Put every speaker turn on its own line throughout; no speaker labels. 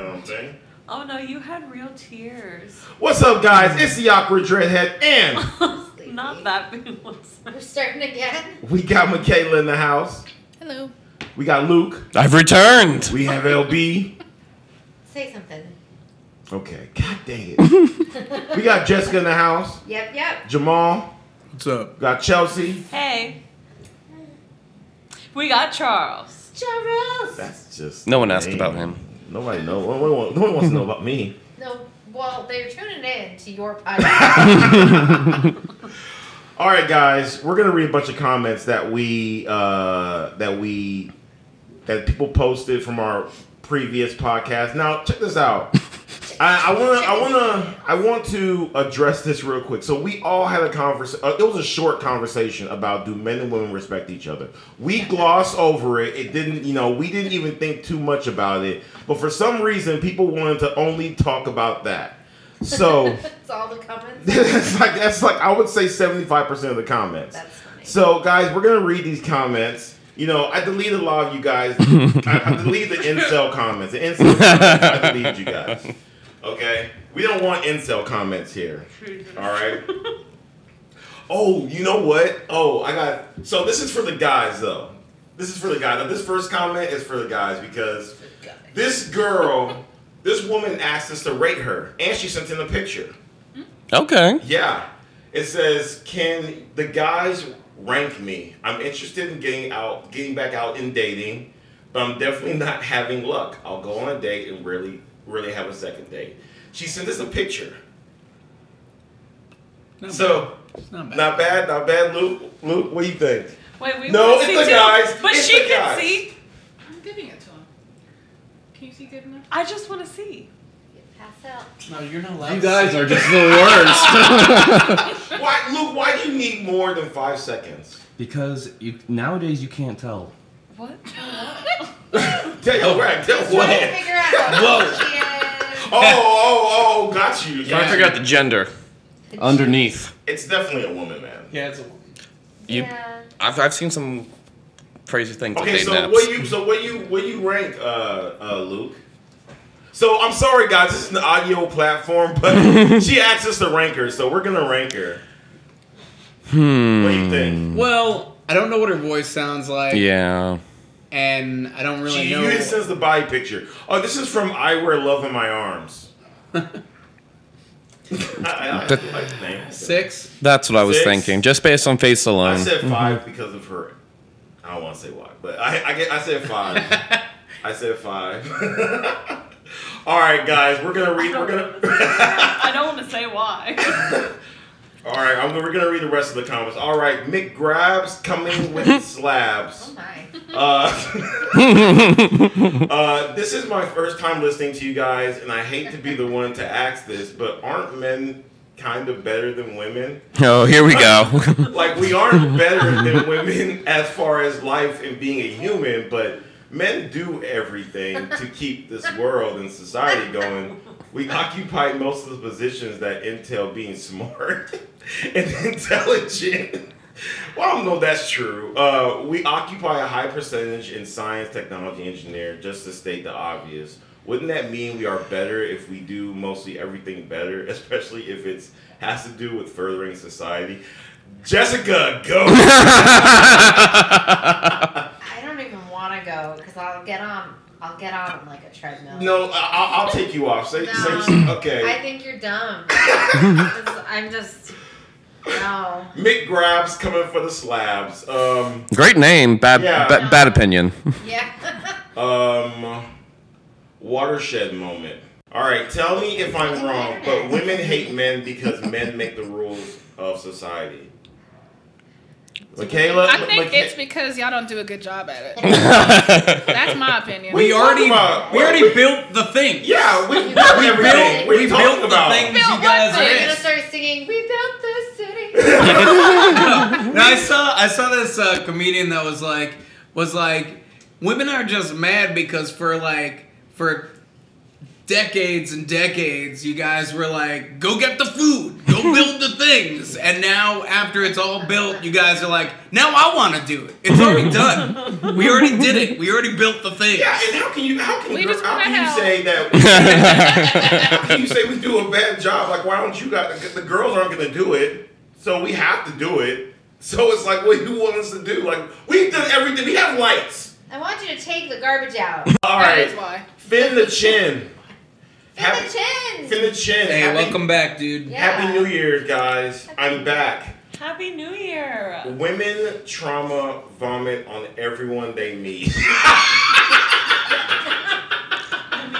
own thing.
Oh no, you had real tears.
What's up, guys? It's the awkward dreadhead, and
Sleepy.
Not that big ones.
We're starting again.
we got Michaela in the house.
Hello.
We got Luke.
I've returned.
We have LB.
Say something.
Okay. God dang it. we got Jessica in the house.
Yep, yep.
Jamal.
What's up?
We got Chelsea.
Hey. We got Charles.
Charles.
That's just.
No one asked
lame.
about him.
Nobody knows. No one, wa- no one wants to know about me.
No, well, they're tuning in to your podcast.
All right, guys, we're gonna read a bunch of comments that we uh, that we that people posted from our previous podcast. Now, check this out. I, I wanna, I wanna, I want to address this real quick. So we all had a conversation. Uh, it was a short conversation about do men and women respect each other. We gloss over it. It didn't, you know, we didn't even think too much about it. But for some reason, people wanted to only talk about that. So.
That's all the comments.
that's like that's like I would say seventy five percent of the comments.
That's funny.
So guys, we're gonna read these comments. You know, I deleted a lot of you guys. I, I deleted the incel comments. The incel comments, I deleted you guys. Okay, we don't want incel comments here. All right. Oh, you know what? Oh, I got. So this is for the guys though. This is for the guys. Now, this first comment is for the guys because this girl, this woman asked us to rate her, and she sent in a picture.
Okay.
Yeah. It says, "Can the guys rank me? I'm interested in getting out, getting back out and dating, but I'm definitely not having luck. I'll go on a date and really, really have a second date." She sent us a picture.
Not
so,
bad. Not bad.
not bad, not bad. Luke, Luke, what do you think?
Wait, we
No,
wanna
it's
see
the
too.
guys.
But
It's
she
the
can
guys.
see.
I'm giving it to him. Can you see good enough?
I just want to see.
Pass out.
No, you're not allowed.
You
to
guys
say-
are just the worst.
Why, Luke? Why do you need more than five seconds?
because you, nowadays you can't tell. Oh.
What?
Tell you right, tell
Trying to
what?
figure out how old she is.
Oh, oh, oh, got you.
I
got you.
forgot the gender. Underneath.
It's definitely a woman, man.
Yeah, it's a
You,
Yeah.
I've, I've seen some crazy things with
Okay,
dating
so
apps.
what you so what you what you rank uh uh Luke? So I'm sorry guys, this is an audio platform, but she asked us to rank her, so we're gonna rank her. Hmm. What do you think?
Well, I don't know what her voice sounds like.
yeah.
And I don't really
She
know.
you sends the body picture. Oh, this is from I Wear Love in My Arms. I, I, I like the name.
Six.
That's what I was
Six.
thinking. Just based on face
I
alone.
said 5 because of her. I don't want to say why, but I I, get, I said five. I said five. All right, guys, we're gonna read. We're gonna.
I don't want to say why.
All right, I'm, we're gonna read the rest of the comments. All right, Mick grabs coming with
Oh
slabs.
my.
Uh, uh, this is my first time listening to you guys, and I hate to be the one to ask this, but aren't men kind of better than women?
oh, here we go.
like we aren't better than women as far as life and being a human, but men do everything to keep this world and society going. We occupy most of the positions that entail being smart and intelligent. Well, I don't know if that's true. Uh, we occupy a high percentage in science, technology, engineer, just to state the obvious. Wouldn't that mean we are better if we do mostly everything better, especially if it's has to do with furthering society? Jessica, go.
I don't even want to go because I'll get on. I'll get on like a treadmill.
no, I- I'll, I'll take you off. Say, say
No. I
okay.
think you're dumb. It's- I'm just. oh, No.
Mick grabs coming for the slabs. Um,
Great name, bad
Yeah.
ba- bad opinion.
Yeah.
um, watershed moment. All right, tell me if I'm wrong, but women hate men because men make the rules of society. Michaela,
I think
Micha-
it's because y'all don't do a good job at it. That's my opinion.
We
We already
talking about-
we
what-
already built the thing.
yeah, we, we,
built-
we,
we
we talked
built the
about.
thing.
Built
You
one
guys
So
are
you're
thing.
gonna start singing. We built this city.
No, I saw I saw this uh, comedian that was like was like women are just mad because for like for decades and decades, you guys were like, go get the food, go build the things. And now, after it's all built, you guys are like, now I want to do it. It's already done. We already did it. We already built the thing.
Yeah, and how can you how can,
We
girl-
just
how
wanna
can you
help.
say that? how can you say we do a bad job? Like, why don't you guys? The girls aren't gonna do it, so we have to do it. So it's like, what do you want us to do? Like, we've done everything. We have lights.
I want you to take the garbage out.
All
That
right,
is why.
fin the chin,
Fill the chin.
fin the chin.
Hey,
Happy-
welcome back, dude.
Yeah.
Happy New Year, guys. I'm back.
Happy New Year.
Women trauma vomit on everyone they meet.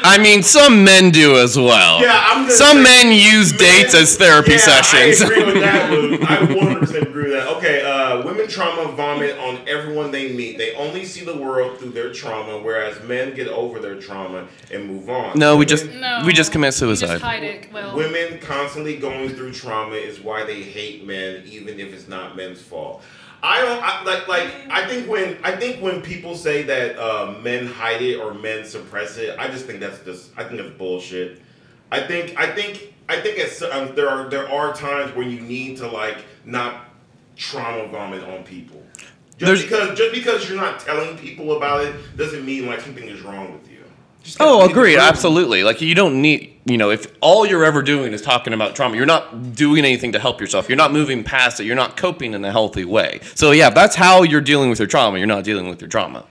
I mean, some men do as well.
Yeah, I'm gonna
Some
say-
men use dates as therapy
yeah,
sessions.
I agree with that, Luke. I 100% agree with that. Okay, uh, women trauma vomit on everyone they meet. They only see the world through their trauma, whereas men get over their trauma and move on.
no, we just
No.
we just commit
You just
suicide.
hide it. Well,
Women constantly going through trauma is why they hate men, even if it's not men's fault. I don't I, like like I think when I think when people say that uh, men hide it or men suppress it, I just think that's just I think that's bullshit. I think I think I think it's, um, there are there are times where you need to like not trauma vomit on people. Just
There's-
because just because you're not telling people about it doesn't mean like something is wrong with you.
Just gotta
Oh,
make it
agreed.
work.
Absolutely. Like you don't need, you know, if all you're ever doing is talking about trauma, you're not doing anything to help yourself. You're not moving past it. You're not coping in a healthy way. So yeah, if that's how you're dealing with your trauma. You're not dealing with your trauma.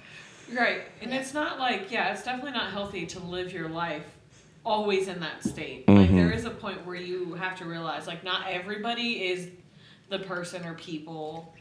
right. And it's not like, yeah, it's definitely not healthy to live your life always in that state. Like,
Mm-hmm.
there is a point where you have to realize, like, not everybody is the person or people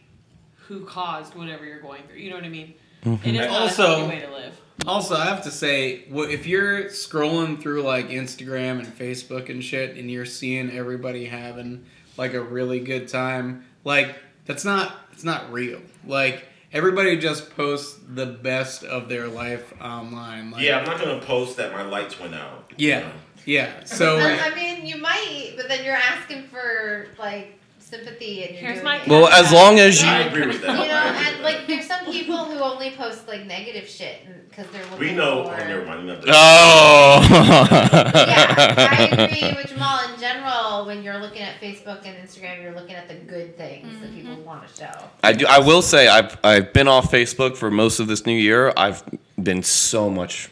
who caused whatever you're going through. You know what I mean?
Mm-hmm.
It is
And
not
also-
a healthy way to live.
Also, I have to say, wh- if you're scrolling through like Instagram and Facebook and shit, and you're seeing everybody having like a really good time, like that's not it's not real. Like everybody just posts the best of their life online. Like,
Yeah, I'm not gonna post that my lights went out.
yeah, yeah. So
I mean, you might, but then you're asking for like sympathy and you're
Here's
doing
my
it.
Well, as long as
I
you,
agree with
You
that. I
know,
agree
and
with
like
that.
there's some people who only post like negative shit because they're looking
we know.
for.
Oh, never mind. never mind.
yeah, I agree
oh.
with Jamal. In general, when you're looking at Facebook and Instagram, you're looking at the good things that
Mm-hmm.
people want to show.
I do. I will say I've I've been off Facebook for most of this new year. I've been so much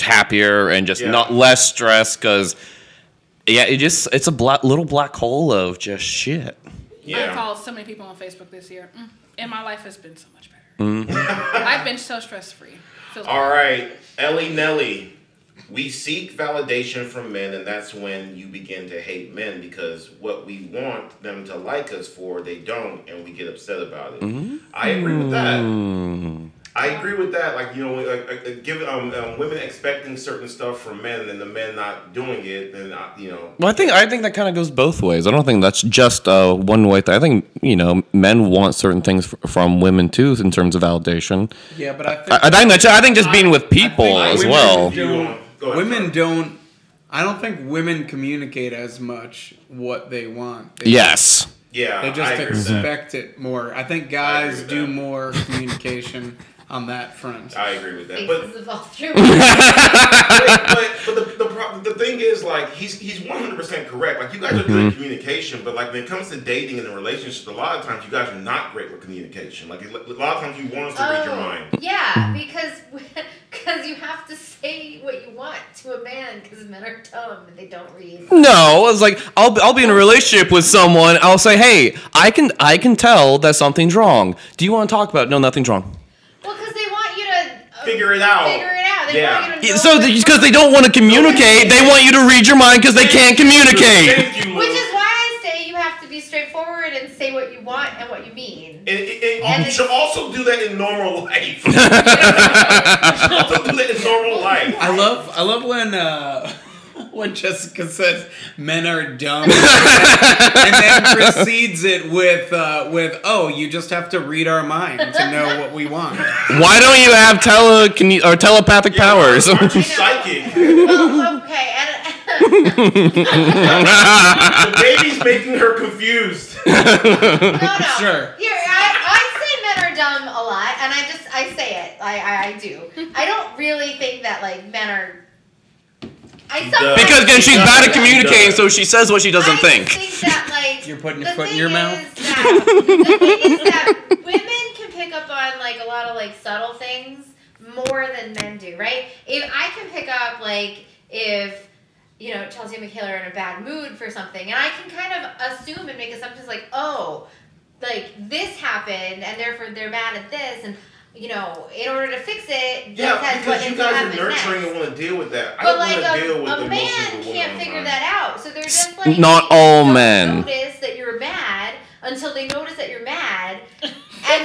happier and just
Yeah.
not less stressed because yeah, it just it's a black, little black hole of just shit.
I
Yeah.
called so many people on Facebook this year, Mm. and my life has been so much better.
Mm-hmm.
I've been so stress free.
All right, Ellie Nelly. We seek validation from men, and that's when you begin to hate men because what we want them to like us for, they don't, and we get upset about it. I agree with that.
Mm.
I agree with that. Like you know, like, like, like, give um, um, women expecting certain stuff from men, and the men not doing it, then I, you know.
Well, I think I think that kind of goes both ways. I don't think that's just uh, one way thing. I think you know men want certain things f- from women too in terms of validation.
yeah, but I think
I, I think that's, I think just being with people
I
as
think women
well.
do-
don't-
Go ahead,
women
sorry.
don't. I don't think women communicate as much what they want. They
Yes.
Yeah,
They
I
just
agree with that.
expect it more. I think
I agree
guys
with
do
that.
more communication on that front.
I agree with that. But
Faces of all through.
but, but the, the, pro- the thing is, like, he's he's one hundred percent correct. Like, you guys are
Mm-hmm.
good at communication, but like when it comes to dating and a relationship, a lot of times you guys are not great with communication. Like, a lot of times you want us to
Oh.
read your mind.
Yeah,
Mm-hmm.
because because you have to say what you want to a man because men are dumb and they don't read.
No, it's like I'll I'll be in a relationship with someone. I'll say, "Hey, I can I can tell that something's wrong. Do you want to talk about? It? No, nothing's wrong.
Well, because they want you to uh,
Figure it out.
Figure it out. They
Yeah.
want you to
Yeah,
know
So
what's
because they
wrong.
don't want to communicate, they want you to read your mind because they can't communicate.
Thank you.
Which
Lou.
is why I say you have to be straightforward and say what you want and what you mean.
and, and- and
And
you
it's-
should also do that in normal life. You should also do that in normal life.
I love I love when uh, when Jessica says men are dumb, and then precedes it with uh, with oh you just have to read our mind to know what we want.
Why don't you have tele can- or telepathic powers?
Aren't you psychic?
well, Oh, okay. And, uh,
The baby's making her confused.
no, no.
Sure.
Here, I, I say men are dumb a lot, and I just I say it. I, I, I do. I don't really think that like men are. I I sometimes
Because again, she's
think
bad
that-
at communicating, so she says what she
I
doesn't think.
think that like
You're putting
the
your foot in
thing
your
is
mouth?
that- the thing is that women can pick up on like a lot of like subtle things more than men do, right? If I can pick up like if you know Chelsea and McHale are in a bad mood for something, and I can kind of assume and make assumptions like, oh, like this happened, and therefore they're mad at this, and you know, in order to fix it, this
Yeah,
has
because
what
you
needs to
guys
happen
are nurturing
next.
and want to deal with that. I
But
don't
like
want to
a,
deal with
a
the
man
emotions.
can't figure that out, so they're just like
Not
they
all
don't
men.
notice that you're mad until they notice that you're mad, and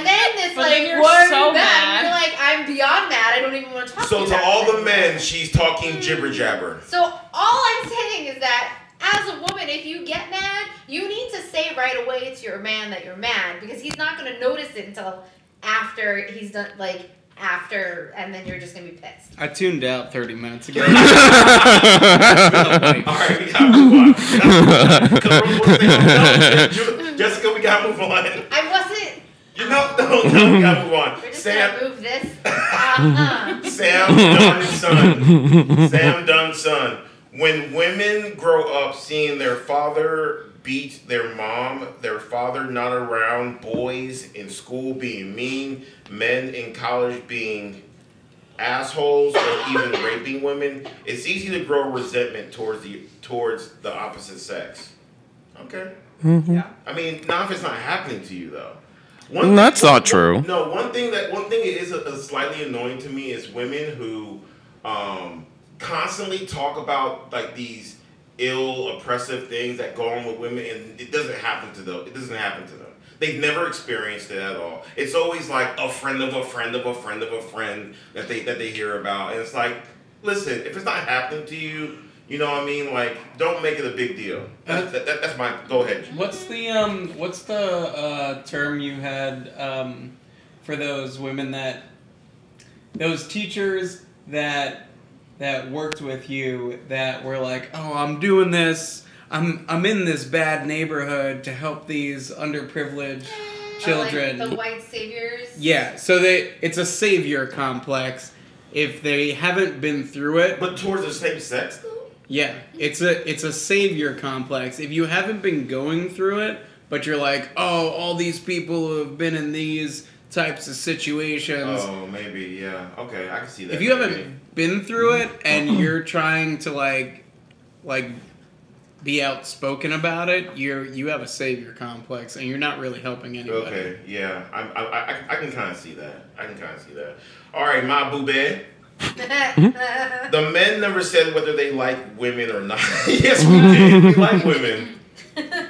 then this
But
like
then you're
one
so
mad,
mad.
you're like I'm beyond mad. I don't even want to talk.
So
you
to
about
all
this.
the men, she's talking jibber jabber.
So all I'm saying is that as a woman, if you get mad, you need to say right away to your man that you're mad because he's not going to notice it until after he's done like after, and then you're just going to be pissed.
I tuned out 30 minutes ago.
All right, we gotta move on. 'Cause we're gonna say, "Oh, no, Jessica, we gotta move on.
I wasn't.
You know, no, no, we gotta move on.
We're just
Sam,
gonna move this. Uh-huh.
Sam Dunn's son. Sam Dunn's son. When women grow up seeing their father beat their mom, their father not around, boys in school being mean, men in college being assholes or even raping women, it's easy to grow resentment towards the towards the opposite sex. Okay.
Yeah.
I mean, not if it's not happening to you though. One
And that's not true.
no, one thing that one thing that is a, a slightly annoying to me is women who um, constantly talk about like these ill, oppressive things that go on with women, and it doesn't happen to them. It doesn't happen to them. They've never experienced it at all. It's always like a friend of a friend of a friend of a friend that they that they hear about, and it's like, listen, if it's not happening to you, you know what I mean. Like, don't make it a big deal. That's, that, that, that's my go ahead.
What's the um? What's the uh, term you had um, for those women that those teachers that that worked with you that were like, oh, I'm doing this. I'm I'm in this bad neighborhood to help these underprivileged children.
Or, like, the white saviors.
yeah, so they it's a savior complex. If they haven't been through it,
But towards the same sex though.
yeah, it's a it's a savior complex. If you haven't been going through it, but you're like, oh, all these people who have been in these types of situations.
Oh, maybe, yeah. Okay, I can see that.
if you
maybe. Mm-hmm.
haven't been through it and you're trying to like, like, be outspoken about it, you're you have a savior complex and you're not really helping anybody.
Okay, yeah. I, I, I, I can kind of see that. I can kind of see that. All right, my boo bed. The men never said whether they like women or not. yes, we did. We like women.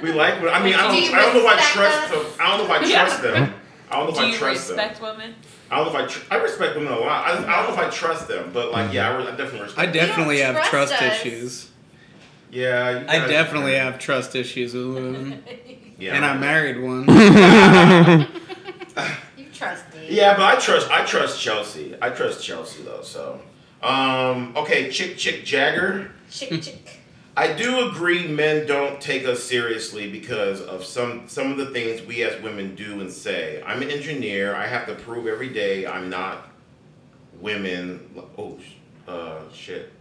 We like women. I mean, I
Do
don't,
you
I don't know if I
respect
trust
us?
them. I don't know if I
Yeah.
trust them. I don't know if
Do
I
you
trust them.
respect women?
I don't know if I. Tr- I respect women a lot. I, I don't know if I trust them, but like, yeah, I, re- I definitely
Mm-hmm. I
respect. them.
definitely have
trust
trust
us.
issues.
yeah, you
I
guys-
definitely have trust issues with women,
Yeah,
and I married one.
you trust me.
Yeah, but I trust I trust Chelsea. I trust Chelsea though. So, um, okay, chick chick Jagger.
Chick chick.
I do agree men don't take us seriously because of some some of the things we as women do and say. I'm an engineer. I have to prove every day I'm not women. Oh, sh- uh, shit.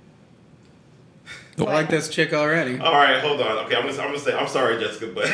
I like this chick already.
All right, hold on. Okay, I'm gonna, I'm gonna say I'm sorry, Jessica, but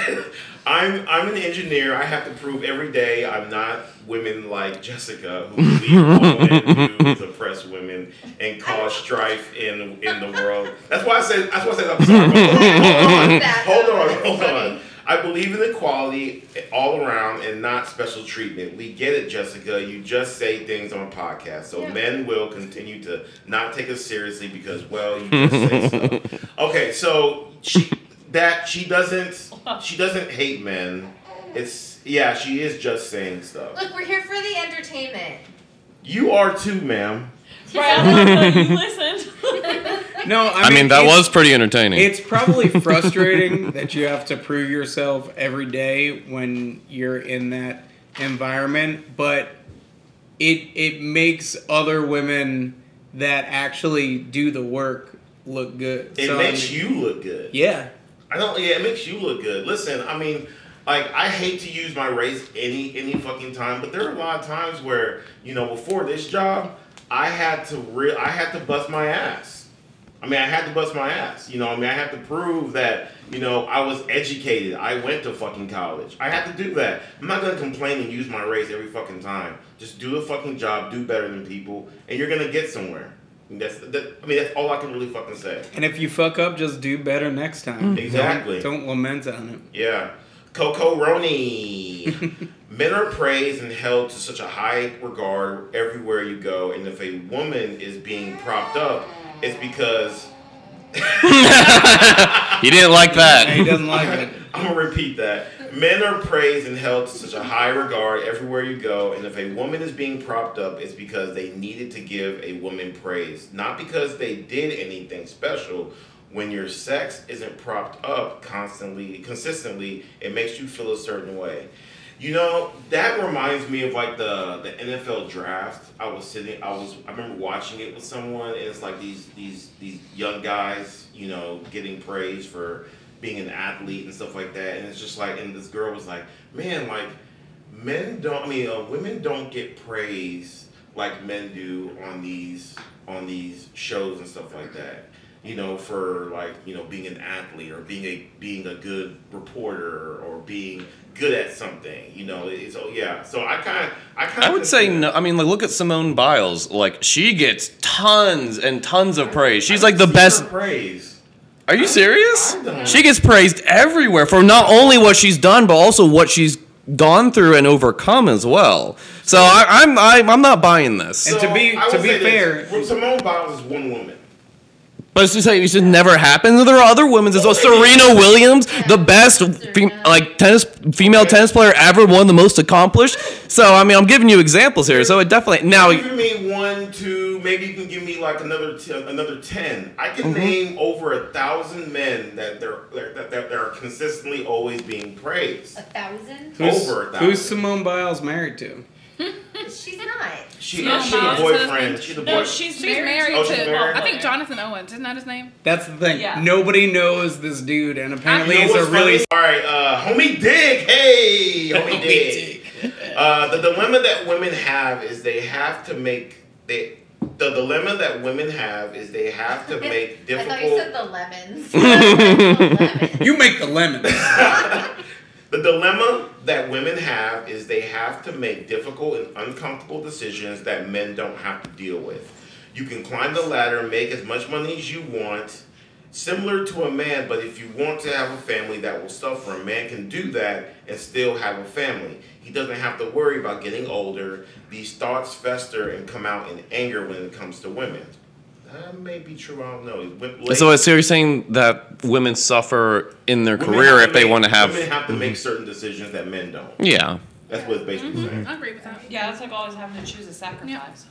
I'm I'm an engineer. I have to prove every day I'm not women like Jessica who lead women who is oppress women and cause strife in in the world. That's why I said that's why I said I'm sorry. Hold on, hold on. Hold on. I believe in equality all around and not special treatment. We get it, Jessica. You just say things on a podcast. So
Yeah.
men will continue to not take us seriously because, well, you just say so. Okay, so she, that she doesn't she doesn't hate men. It's yeah, she is just saying stuff.
Look, we're here for the entertainment.
You are too, ma'am.
Right. I love that you listened.
No, I mean,
I mean, that
it's-
was pretty entertaining.
It's probably frustrating that you have to prove yourself every day when you're in that environment, but it it makes other women that actually do the work look good.
It
So, I
makes
mean,
you look good.
Yeah.
I don't. Yeah, it makes you look good. Listen, I mean, like I hate to use my race any any fucking time, but there are a lot of times where you know before this job, I had to re- I had to bust my ass. I mean, I had to bust my ass. You know, I mean, I had to prove that, you know, I was educated. I went to fucking college. I had to do that. I'm not going to complain and use my race every fucking time. Just do the fucking job, do better than people, and you're going to get somewhere. And That's, that, I mean, that's all I can really fucking say.
And if you fuck up, just do better next time.
Mm. Exactly.
Don't, don't lament on it.
Yeah. Coco Roni. Men are praised and held to such a high regard everywhere you go, and if a woman is being propped up, it's because
He didn't like that.
He doesn't like it.
I'm gonna repeat that. Men are praised and held to such a high regard everywhere you go, and if a woman is being propped up, it's because they needed to give a woman praise, not because they did anything special. When your sex isn't propped up constantly, consistently, it makes you feel a certain way. You know, that reminds me of like the the NFL draft. I was sitting, I was, I remember watching it with someone, and it's like these these these young guys, you know, getting praise for being an athlete and stuff like that. And it's just like, and this girl was like, man, like men don't, I mean, uh, women don't get praise like men do on these on these shows and stuff like that. You know, for like you know being an athlete or being a being a good reporter or being good at something. You know, it- so yeah. So I kind of I kind of
I would say no. I mean, like, look at Simone Biles. Like, she gets tons and tons of praise. She's like the best.
praise.
Are you serious? She gets praised everywhere for not only what she's done, but also what she's gone through and overcome as well. So I, I'm I, I'm not buying this.
And to be-
I
to
will
be
say this,
fair-
Simone Biles is one woman.
But it's just like it just never happens. And there are other women's as well. Serena Williams, the best fem- like tennis female tennis player ever, one of the most accomplished. So I mean, I'm giving you examples here. So it definitely now.
you give me one, two, maybe you can give me like another t- another ten. I
Mm-hmm.
can name over a thousand men that they're, they're that, that they're consistently always being praised.
A thousand?
Who's,
over a thousand.
who's Simone Biles married to?
She's not.
she,
Simone
she a
Biles'
boyfriend.
husband?
She's a
No,
boyfriend.
she's,
She's married,
Oh,
to,
she's married?
I think Jonathan Owens. Isn't that his name?
That's the thing.
Yeah.
Nobody knows this dude, and apparently
You know
he's a
what's
really.
funny? all right, uh, homie Dick. Hey, homie Dick. Uh, the dilemma that women have is they have to make they. The dilemma that women have is they have to make
I
difficult.
thought you said the lemons. The
You make the lemons.
The dilemma that women have is they have to make difficult and uncomfortable decisions that men don't have to deal with. You can climb the ladder and make as much money as you want, similar to a man, but if you want to have a family that will suffer, a man can do that and still have a family. He doesn't have to worry about getting older. These thoughts fester and come out in anger when it comes to women. That may be true, I don't know.
So, so you're saying that women suffer in their
Women
career
have
if they
make-
want to have? Mhm.
Women have to make certain decisions that men don't.
yeah.
That's what it's basically saying.
I agree with that.
Yeah, that's like always having to choose a sacrifice.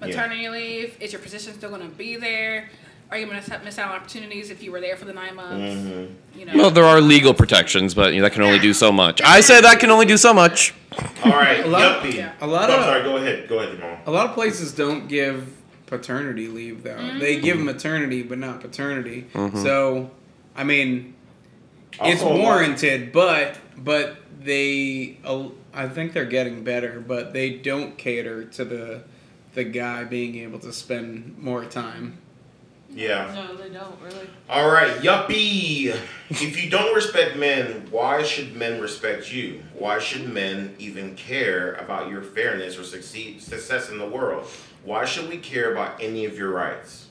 Maternity leave. Is your position still going to be there? Are you going to miss out on opportunities if you were there for the nine months?
Mm-hmm.
You know.
Well, there are legal protections, but you know, that can only do so much. I say that can only do so much.
All right,
A lot-
yuppie.
yeah.
a lot
I'm
of-
sorry. Go ahead. Go ahead, Jamal.
A lot of places don't give paternity leave though.
Mm-hmm.
They give maternity but not paternity. So, I mean, it's
Also,
warranted, but but they al- I think they're getting better, but they don't cater to the the guy being able to spend more time.
Yeah.
No, they don't really.
All right, yuppie. if you don't respect men, why should men respect you? Why should men even care about your fairness or succeed success in the world? Why should we care about any of your rights?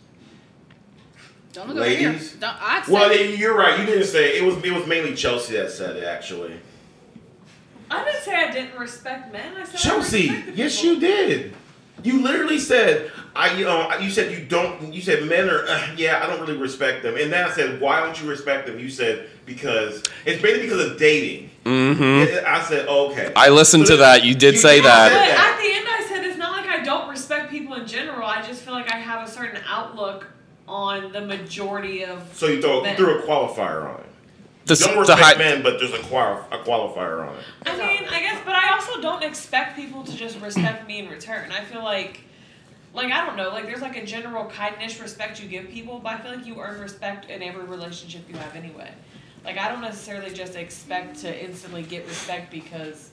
Don't look over here.
Ladies?
Don't, I'd say
Well, then you're right. You didn't say it was. It was mainly Chelsea that said it, actually.
I didn't say I didn't respect men. I said I
Chelsea,
respected
yes,
people.
you did. You literally said, "I, you know, you said you don't. You said men are, uh, yeah, I don't really respect them." And then I said, "Why don't you respect them?" You said because it's mainly because of dating.
hmm
And I said, oh, "Okay."
I listened to that. You did say
But
that.
at the end, I said it's not like I don't respect people in general. I just feel like I have a certain outlook on the majority of.
So you throw,
Men.
threw a qualifier on it.
The,
Don't
the
respect
high,
men, but there's a, qual- a qualifier on it.
I mean, I guess, but I also don't expect people to just respect me in return. I feel like. Like I don't know, like there's like a general kindness, respect you give people, but I feel like you earn respect in every relationship you have anyway. Like I don't necessarily just expect to instantly get respect because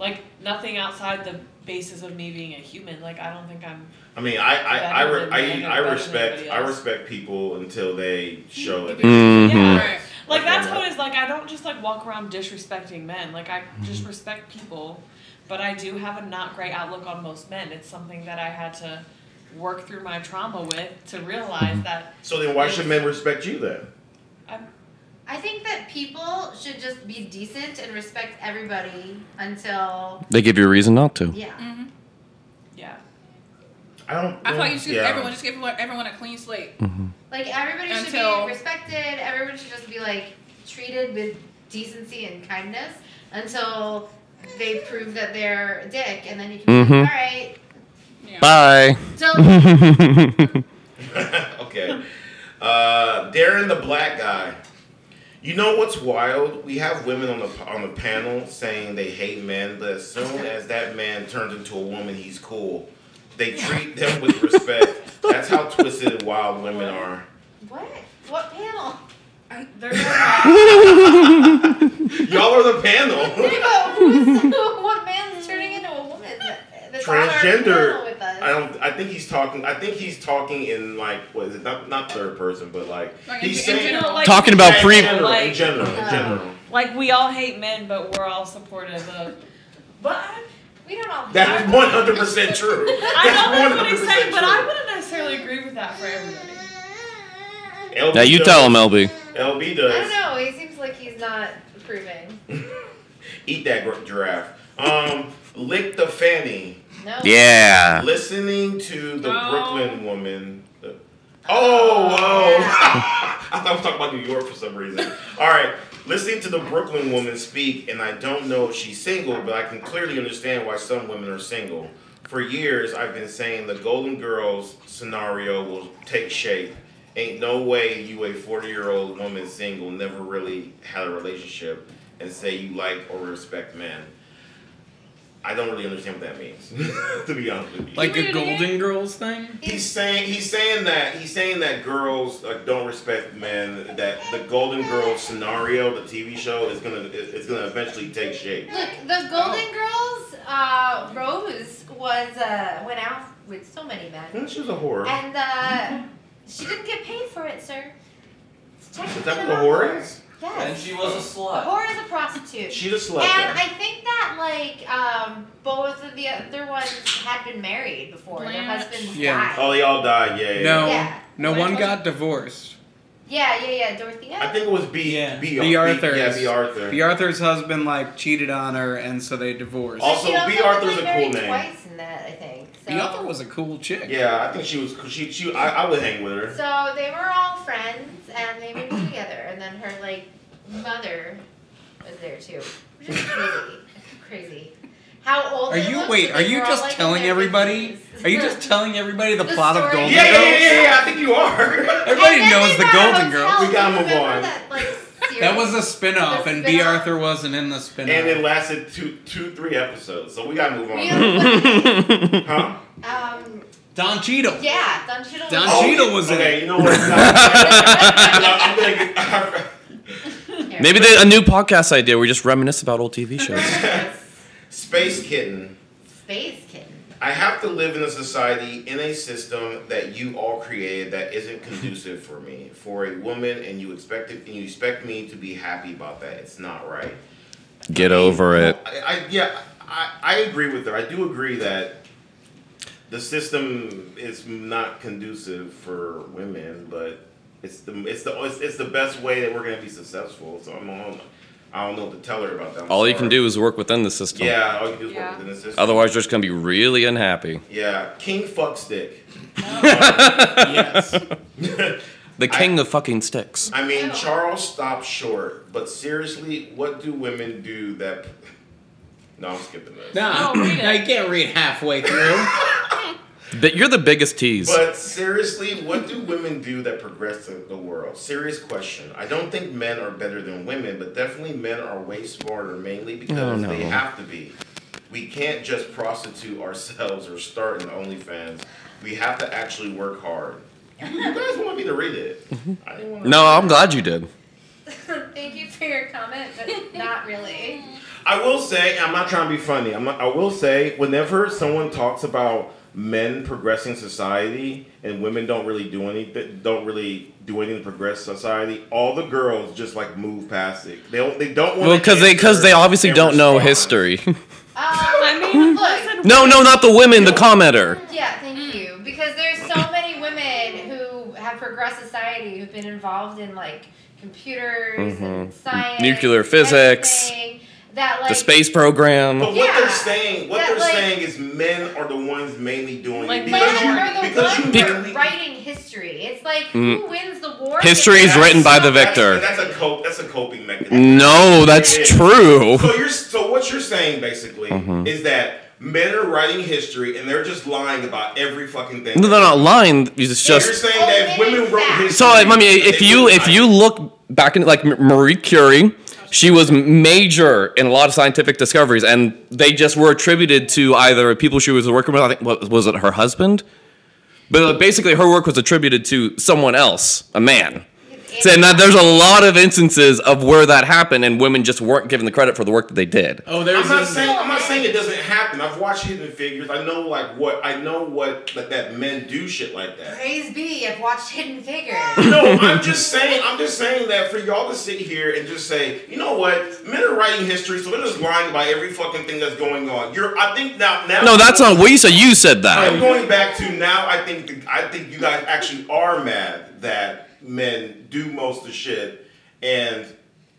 like nothing outside the basis of me being a human. Like I don't think I'm.
I mean, I I I,
better
re-
than-
I, I
better than
respect
anybody
I
else.
respect people until they show it.
Mhm.
Yeah. right. Like that's what it's like. I don't just like walk around disrespecting men. Like I just respect people, but I do have a not great outlook on most men. It's something that I had to work through my trauma with to realize that
So then, why should men respect you then?
I'm
I think that people should just be decent and respect everybody until
They give you a reason not to.
yeah.
yeah.
I don't.
Mm-hmm. I feel like you should
yeah.
everyone just give everyone- everyone a clean slate.
Mm-hmm.
Like everybody should
Until-
be respected. Everyone should just be like treated with decency and kindness until they prove that they're a dick, and then you can be
Mhm.
like, all right.
Bye.
Yeah.
So
okay. Uh, Darren, the black guy. You know what's wild? We have women on the on the panel saying they hate men, but as soon as that man turns into a woman, he's cool. They treat them with respect. That's how twisted and wild women are.
what? What panel?
There's
Y'all are the panel.
But who's- what man's turning into a woman? that- That's on our panel
Transgender.
with us?
I don't. I think he's talking. I think he's talking in like what is it? Not not third person, but like
Like,
he's
in- in
saying
general,
like,
Talking about
Yeah,
pre-
in general, in
Like-
general, in
Uh,
general.
like we all hate men, but we're all supportive of. But I,
We don't all.
That is one hundred percent true.
I know that's what he's
100%
saying, but
true.
I wouldn't necessarily agree with that for everybody.
LB
Now you
does.
tell him, LB.
LB
I don't
does.
know. He seems like he's not approving.
Eat that gr- giraffe. Um, lick the fanny.
No.
Yeah.
Listening to the
Oh.
Brooklyn woman. the- Oh, oh! I thought I was talking about New York for some reason. All right, listening to the Brooklyn woman speak, and I don't know if she's single, but I can clearly understand why some women are single. For years, I've been saying the Golden Girls scenario will take shape. Ain't no way you, a 40 year old woman single, never really had a relationship, and say you like or respect men. I don't really understand what that means, to be honest with you.
Like
read
a
it again?
Golden Girls thing?
He's saying he's saying that he's saying that girls uh, don't respect men. That the Golden Girls scenario, the TV show, is gonna is, is gonna eventually take shape.
Look, the Golden Girls, uh, Rose was uh, went out with so many men,
She was a whore.
and uh, she didn't get paid for it, sir. It's technically
Is that what
not
a whore is?
And
Yes,
she was a
a
slut.
whore is a prostitute.
She's a slut. then.
and I think that like um, both of the other ones had been married before. Their
Blanche.
husbands
Yeah.
died.
Oh, they all died. Yeah. yeah,
No.
Yeah.
No
Wait,
one
what?
got divorced.
Yeah, yeah, yeah.
yeah.
Dorothea.
I think it was B.
Yeah.
B.
B.
B-
Arthur's.
Yeah, B. Arthur.
B. Arthur's husband like cheated on her, and so they divorced.
Oh, Also,
She
B.
was
Arthur's a
only
cool
married
name.
Twice in that, I think. So.
B. Arthur was a cool chick.
yeah, I think she was. She. She. I, I would hang with her.
So they were all friends and they moved together, and then her like mother was there too, which is crazy. crazy. How old?
Are
they
you
looked,
wait?
but
Are
they
you
were all,
just
like, in
telling
their
everybody?
50s.
Are you just telling everybody the,
The
plot of
story.
Golden
Yeah, yeah,
Girls?
yeah, yeah, yeah. I think you are.
And
Everybody
then
knows
they
the
got a
Golden Girls.
hotel.
We gotta move
Remember
on.
That, like,
That
series?
was a spin-off,
The
and B.
spin-off?
Arthur wasn't in the spin-off.
and it lasted two, two, three episodes. So we gotta move on. Huh?
um,
Don Cheadle.
yeah, Don Cheadle.
Don
was-
Cheadle was in
Oh, okay.
it.
You know what? I'm gonna get. uh,
Maybe they, a new podcast idea. We just reminisce about old TV shows.
Space kitten.
Space Kitten.
I have to live in a society, in a system that you all created that isn't conducive for me, for a woman, and you expect it, and you expect me to be happy about that. It's not right.
Get over it.
I, I yeah, I, I agree with her. I do agree that the system is not conducive for women, but it's the it's the it's, it's the best way that we're gonna be successful. So I'm on. I don't know what to tell her about that. I'm
All you
sorry.
can do is work within the system.
Yeah, all you can do is
Yeah.
work within the system.
Otherwise, you're just gonna be really unhappy.
yeah, king fuck stick. Um,
Yes.
The king of fucking sticks.
I mean,
Ew.
Charles stopped short, but seriously, what do women do that? No, I'm skipping this.
No,
No, read it.
no, you can't read halfway through.
But you're the biggest tease.
But seriously, what do women do that progress the, the world? Serious question. I don't think men are better than women, but definitely men are way smarter, mainly because
Oh, no.
they have to be. We can't just prostitute ourselves or start an OnlyFans. We have to actually work hard. You guys want me to read it? I didn't want to
No, I'm glad you did.
Thank you for your comment, but not really.
I will say, I'm not trying to be funny. I'm not, I will say, whenever someone talks about men progressing society and women don't really do anything, don't really do anything to progress society, all the girls just like move past it. They don't. They don't want.
Well, because they because they obviously don't know history.
I
mean,
look.
no, no, not the women. The commenter.
Yeah, thank
Mm.
you. Because there's so many women who have progressed society who've been involved in like computers
Mhm.
and science,
Nuclear physics.
everything, That like
The space program.
But what
Yeah.
they're saying, what
That,
they're
like-
saying is, men are the ones mainly doing
Like,
it
Men
because you,
are the
because
ones
you
who are
really-
writing history. It's like who wins the war?
Mm. History is
It's
written by the
not-
victor.
That's, that's a cope. That's a coping mechanism.
No, that's true.
So you're so what you're saying basically
Mhm.
is that men are writing history and they're just lying about every fucking thing.
No, they're not lying. It's
You're
just
saying that if women wrote history.
So I mean, if
they
you
wouldn't
if
lie.
you look back in like M- Marie Curie, she was major in a lot of scientific discoveries, and they just were attributed to either people she was working with. I think what, was it her husband? But uh, basically, her work was attributed to someone else, a man. So, and that there's a lot of instances of where that happened, and women just weren't given the credit for the work that they did.
Oh, there's
I'm not
this-
saying I'm not saying it doesn't happen. I've watched Hidden Figures. I know like what I know what like that men do shit like that.
Praise be, I've watched Hidden Figures.
No, I'm just saying. I'm just saying that for y'all to sit here and just say, you know what, men are writing history, so they're just lying about every fucking thing that's going on. You're, I think now, now.
No, that's not what you said. You said
I'm
that.
going back to now. I think I think you guys actually are mad that men do most of the shit, and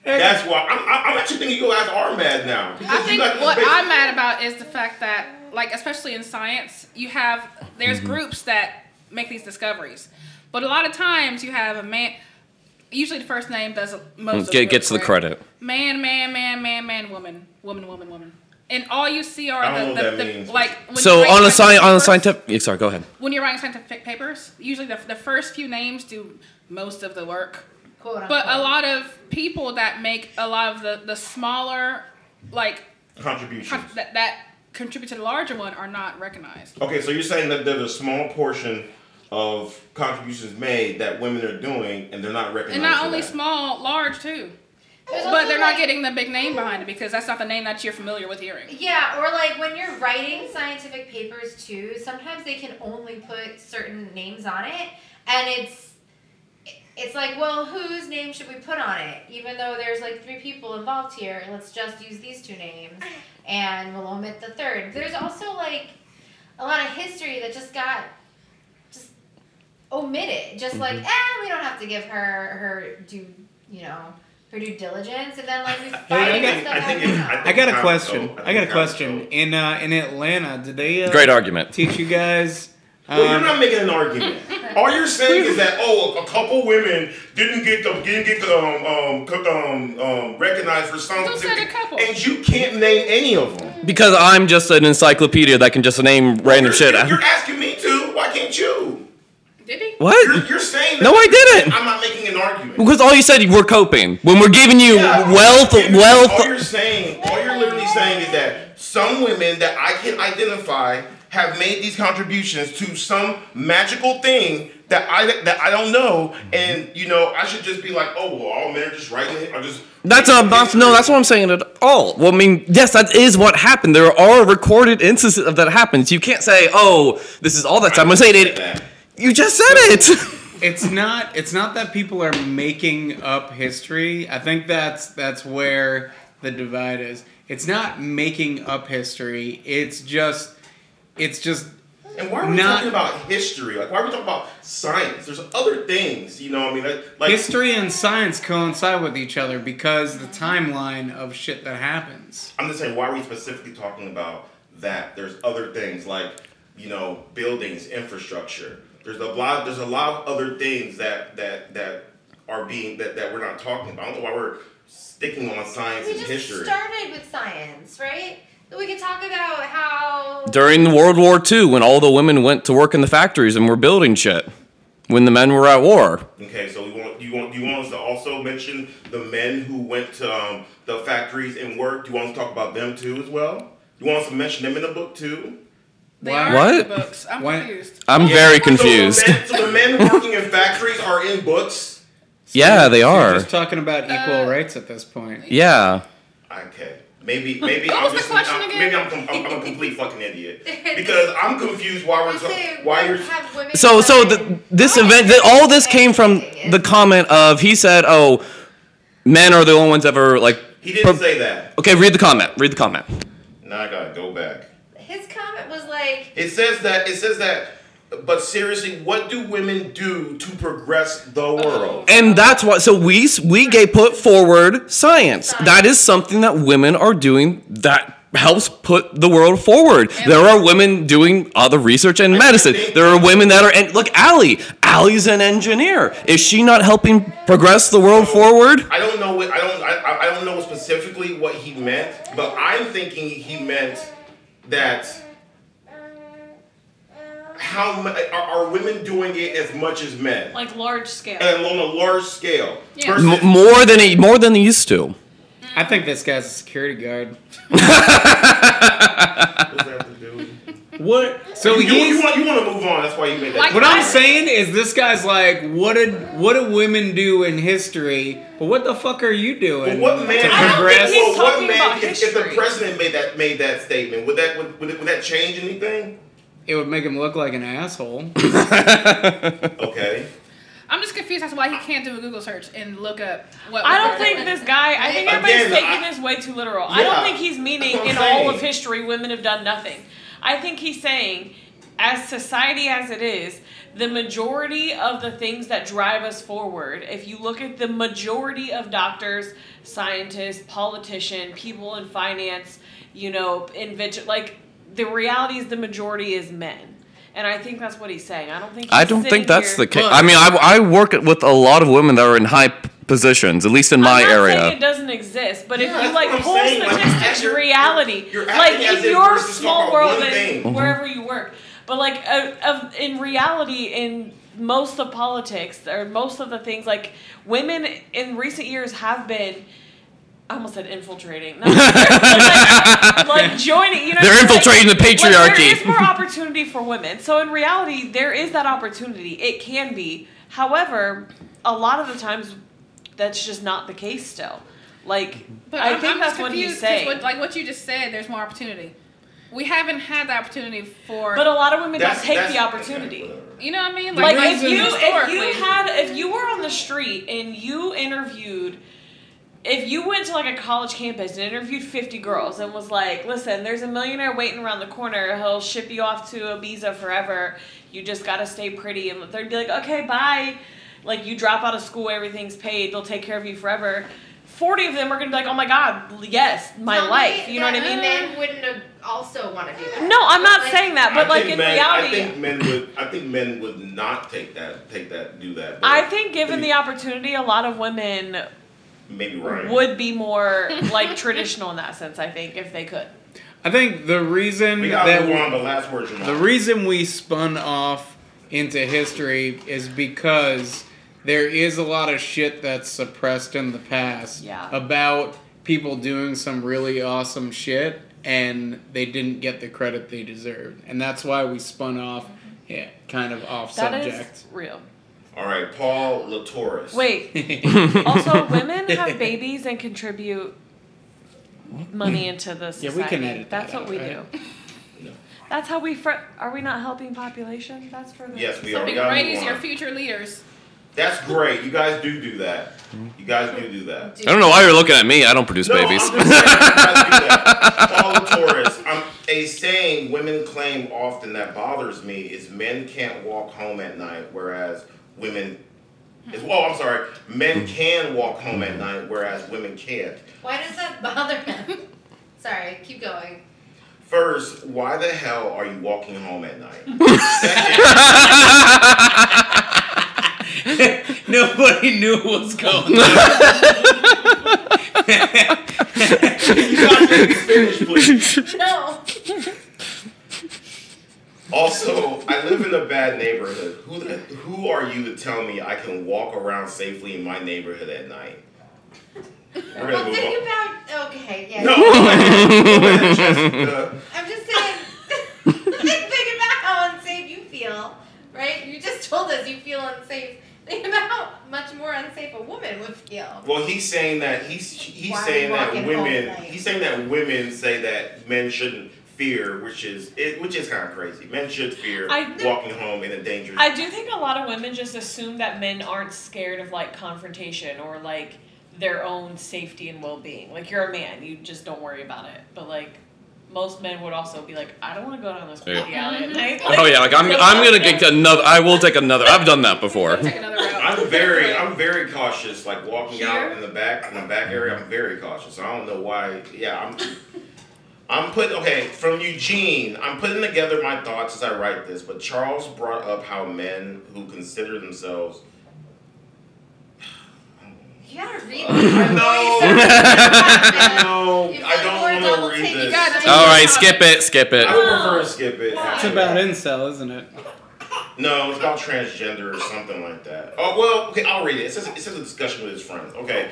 that's why I'm, I'm- I'm actually thinking you guys are mad now.
I
Because you
think
guys-
what I'm mad about is the fact that, like, especially in science, you have there's
Mm-hmm.
groups that make these discoveries, but a lot of times you have a man. Usually, the first name does most. of
Get, gets the
work, right?
credit.
Man, man, man, man, man, woman, woman, woman, woman, and all you see
I don't
are the,
know
the,
what that
the
means.
like. when
So
you write
on a
scientific
sci- on a
papers-
scientific. yeah, Sorry, go ahead.
When you're writing scientific papers, usually the, the first few names do most of the work.
Quote unquote.
But a lot of people that make a lot of the, the smaller, like
contributions.
con- that, that contribute to the larger one are not recognized.
Okay, so you're saying that there's a small portion of contributions made that women are doing, and they're not recognized.
And not
for
only
that.
small, large too.
There's
But
also,
they're not
like-
getting the big name behind it because that's not the name that you're familiar with hearing.
Yeah, or like when you're writing scientific papers too, sometimes they can only put certain names on it, and it's it's like, well, whose name should we put on it? Even though there's like three people involved here, let's just use these two names, and we'll omit the third. There's also like a lot of history that just got just omitted, just like,
Mm-hmm.
eh, we don't have to give her her due, you know, her due diligence, and then like we
I
find
think-
stuff
I think it-
out
I
now.
think
I got a
Comic
question.
Code.
I got a
Comic
question.
Code.
In uh, in Atlanta, did they uh,
Great argument.
teach you guys? Um,
Well, you're not making an argument. All you're saying is that oh, a couple women didn't get the, didn't get um um co- um um recognized for something,
Who said a couple?
and you can't name any of them.
Because I'm just an encyclopedia that can just name random
You're-
shit.
You're, you're asking me to. Why can't you?
Did he?
You're,
What?
you're saying that
No, I didn't.
I'm not making an argument.
Because all you said we're coping. When we're giving you
Yeah.
wealth,
All
wealth.
you're saying, all you're literally saying is that some women that I can identify have made these contributions to some magical thing that I that I don't know,
Mm-hmm.
and you know I should just be like, oh well, all men are just writing it, or just.
That's not that's, no. That's what I'm saying at all. Well, I mean, yes, that is what happened. There are recorded instances of that happens. You can't say, "Oh, this is all that's." I'm gonna say it. You just said it.
it's not. It's not that people are making up history. I think that's that's where the divide is. It's not making up history. It's just. It's just.
And why are we
Not-
talking about history? Like, why are we talking about science? There's other things, you know. what I mean, Like- like
History and science coincide with each other because the timeline of shit that happens.
I'm just saying, why are we specifically talking about that? There's other things like, you know, buildings, infrastructure. There's a lot. There's a lot of other things that that that are being that that we're not talking about. I don't know why we're sticking on science
We
and
just
history.
started with science, right? We could talk about how
During the World War II, when all the women went to work in the factories and were building shit, when the men were at war,
Okay, so we want you want you want us to also mention the men who went to um, the factories and worked. You want us to talk about them too as well. You want us to mention them in the book too.
They
Why-
are in the
What?
books. I'm
Why-
confused.
I'm very confused.
So the, men, so the men working in factories are in books.
Yeah, they
So you're
are.
Just talking about equal
Uh,
rights at this point.
Yeah.
Okay. Maybe maybe
What
I'm
was the
just
question
I'm-
again?
maybe I'm, com- I'm, I'm a complete fucking idiot because I'm confused why we're
Say,
talking why you're
have women
So, so
come in.
the, this event, that all this came from the comment of he said, "Oh, men are the only ones ever like."
he didn't
pro-
say that.
Okay, read the comment. Read the comment.
Now I gotta go back.
his comment was like,
It says that. It says that. But seriously, what do women do to progress the world?
And that's why. So we s- we gay put forward science. That is something that women are doing that helps put the world forward. There are women doing other research and medicine. There are women that are and look, Allie. Allie's an engineer. Is she not helping progress the world forward?
I don't know what I don't I, I- I don't know specifically what he meant, but I'm thinking he meant that how mu- are, are women doing it as much as men
like large scale.
and on a large scale
Yeah.
versus
M- more than it, more than they used to.
I think this guy's a security guard.
What does that have to do with-
What? So
you,
he's.
you want you want to move on? That's why you made that.
Like-
what I'm saying is, this guy's like, what did what do women do in history? But what the fuck are you
But
doing?
what man?
To
don't
progress?
think he's
Well, what
talking
man?
about
If, if the
history.
president made that made that statement, would that would, would, it- would that change anything?
It would make him look like an asshole.
Okay.
I'm just confused as to why he can't do a Google search and look up what.
I don't
women
think
are
this
doing.
guy. I think
Again,
everybody's taking
I-
this way too literal. I don't
Yeah.
think he's meaning
That's what
in
I'm saying.
all of history women have done nothing. I think he's saying, as society as it is, the majority of the things that drive us forward. If you look at the majority of doctors, scientists, politician, people in finance, you know, invent like the reality is the majority is men. And I think that's what he's saying. I don't think. He's
I don't
sitting
think that's
here-
the case. I mean, I, I work with a lot of women that are in high p- positions, at least in my
I'm not
area.
Saying it doesn't exist, but
Yeah,
if
that's
you like
what I'm
pull
saying, like,
statistics,
you're-
reality,
you're
like
acting as
in
if
your
we're just talking
small
about
world
one
and
Mm-hmm.
thing.
wherever you work, but like uh, of in reality in most of politics or most of the things like women in recent years have been. I almost said infiltrating. No, like, like joining, you know.
They're
like-
infiltrating the
Like,
patriarchy.
there is more opportunity for women. So in reality, there is that opportunity. It can be. However, a lot of the times, that's just not the case still. Like,
But
I
I'm,
think
I'm
that's
just
what he's
confused 'cause
saying.
What, like what you just said, there's more opportunity. We haven't had the opportunity for.
but a lot of women
That's,
don't take
that's-
the opportunity.
okay, whatever.
you know what I mean?
like
this
if
is
you if
historically-
you had if you were on the street and you interviewed if you went to like a college campus and interviewed 50 girls and was like listen there's a millionaire waiting around the corner he'll ship you off to ibiza forever you just gotta stay pretty and they'd be like okay bye like you drop out of school everything's paid they'll take care of you forever 40 of them are gonna be like oh my god yes my
tell
life
me
you know what i
that
mean
Men wouldn't have also want to do that.
no i'm not
Like,
saying that but
I
like
think
in
men,
reality
I think men would. I think men would not take that. Take that. Do that. but
I think given
maybe-
the opportunity, a lot of women
maybe Ryan
would be more like traditional in that sense. I think if they could.
I think the reason
We
that
gotta move on. But last words, Jamal.
The reason we spun off into history is because there is a lot of shit that's suppressed in the past
Yeah.
about people doing some really awesome shit and they didn't get the credit they deserved. And that's why we spun off yeah, kind of off
that is
subject.
real.
All right, Paul Latoris.
Wait. Also, women have babies and contribute money into the
Hmm. Yeah,
society.
we can edit that
That's what
out,
we
right?
do.
No.
That's how we. Fr- are we not helping population? That's for the.
Yes, we are. We
Something
gotta
great
move
is
on.
your future leaders.
That's great. You guys do do that. You guys do do that.
I don't know why you're looking at me. I don't produce babies.
I'm just saying, I do that. Paul Latoris, I'm, a saying women claim often that bothers me is men can't walk home at night, whereas women. Is, oh, I'm sorry. Men can walk home at night, whereas women can't.
Why does that bother him? Sorry, keep going.
First, why the hell are you walking home at night?
Nobody knew what was going on.
you guys let me finish, please.
No.
Also, I live in a bad neighborhood. Who the, who are you to tell me I can walk around safely in my neighborhood at night? We're
Well,
gonna move
think
on.
about. Okay, yeah.
No, Jessica,
I'm just saying. think about how unsafe you feel, right? You just told us you feel unsafe. Think about how much more unsafe a woman women would feel.
Well, he's saying that he's he's
Why are
saying
we
that
walking
women
all night?
he's saying that women say that men shouldn't fear, which is it, which is kind of crazy. Men should fear
I-
walking home in a dangerous.
I do think a lot of women just assume that men aren't scared of like confrontation or like their own safety and well being. Like you're a man, you just don't worry about it. But like most men would also be like, I don't want to go down this
Yeah.
party alley at
Mm-hmm.
night.
Oh yeah, like I'm, I'm gonna get another. I will take another. I've done that before.
Take another route.
I'm very I'm very cautious, like walking
Here?
out in the back in the back area. I'm very cautious. I don't know why. Yeah, I'm. I'm putting okay from Eugene. I'm putting together my thoughts as I write this, but Charles brought up how men who consider themselves
You gotta read.
I know. no,
You
I
feel more
don't
double
want to
take-
read
you
this.
gotta
All right, skip it, skip it.
I would prefer to skip it.
It's about incel, isn't it?
No, it's about transgender or something like that. Oh well, okay, I'll read it. It says it says a discussion with his friends. Okay,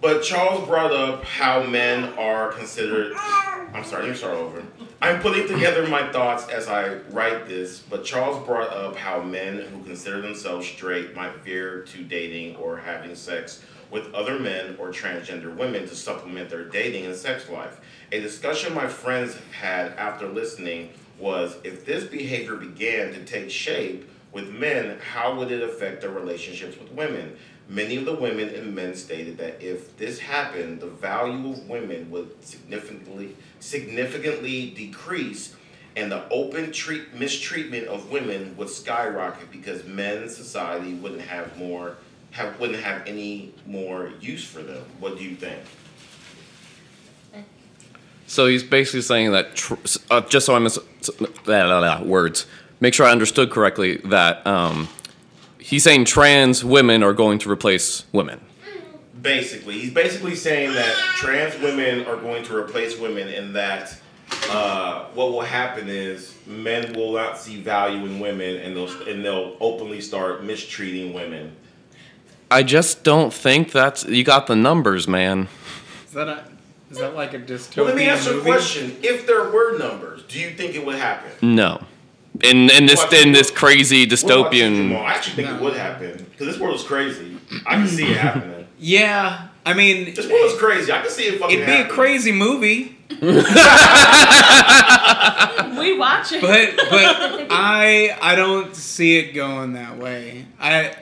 but Charles brought up how men are considered. I'm sorry, let me start over. I'm putting together my thoughts as I write this, but Charles brought up how men who consider themselves straight might fear to dating or having sex with other men or transgender women to supplement their dating and sex life. A discussion my friends had after listening was if this behavior began to take shape with men, how would it affect their relationships with women? Many of the women and men stated that if this happened, the value of women would significantly significantly decrease and the open treat, mistreatment of women would skyrocket because men's society wouldn't have more have wouldn't have any more use for them. What do you think?
So he's basically saying that, tr- uh, just so I mis- blah, blah, blah, words, make sure I understood correctly that um, he's saying trans women are going to replace women.
Basically, he's basically saying that trans women are going to replace women, and that uh, what will happen is men will not see value in women, and they'll and they'll openly start mistreating women.
I just don't think that's, you got the numbers, man.
Is that a, is that like a dystopian
Well, let me ask you a
movie?
question: If there were numbers, do you think it would happen?
No. In, in this in this crazy
What about you, Jamal?
dystopian,
I actually think it would happen because this world is crazy. I can see it happening.
Yeah, I mean,
This world is crazy. I can see it fucking.
it'd be a
happening.
crazy movie.
We watch it.
but but I I don't see it going that way. I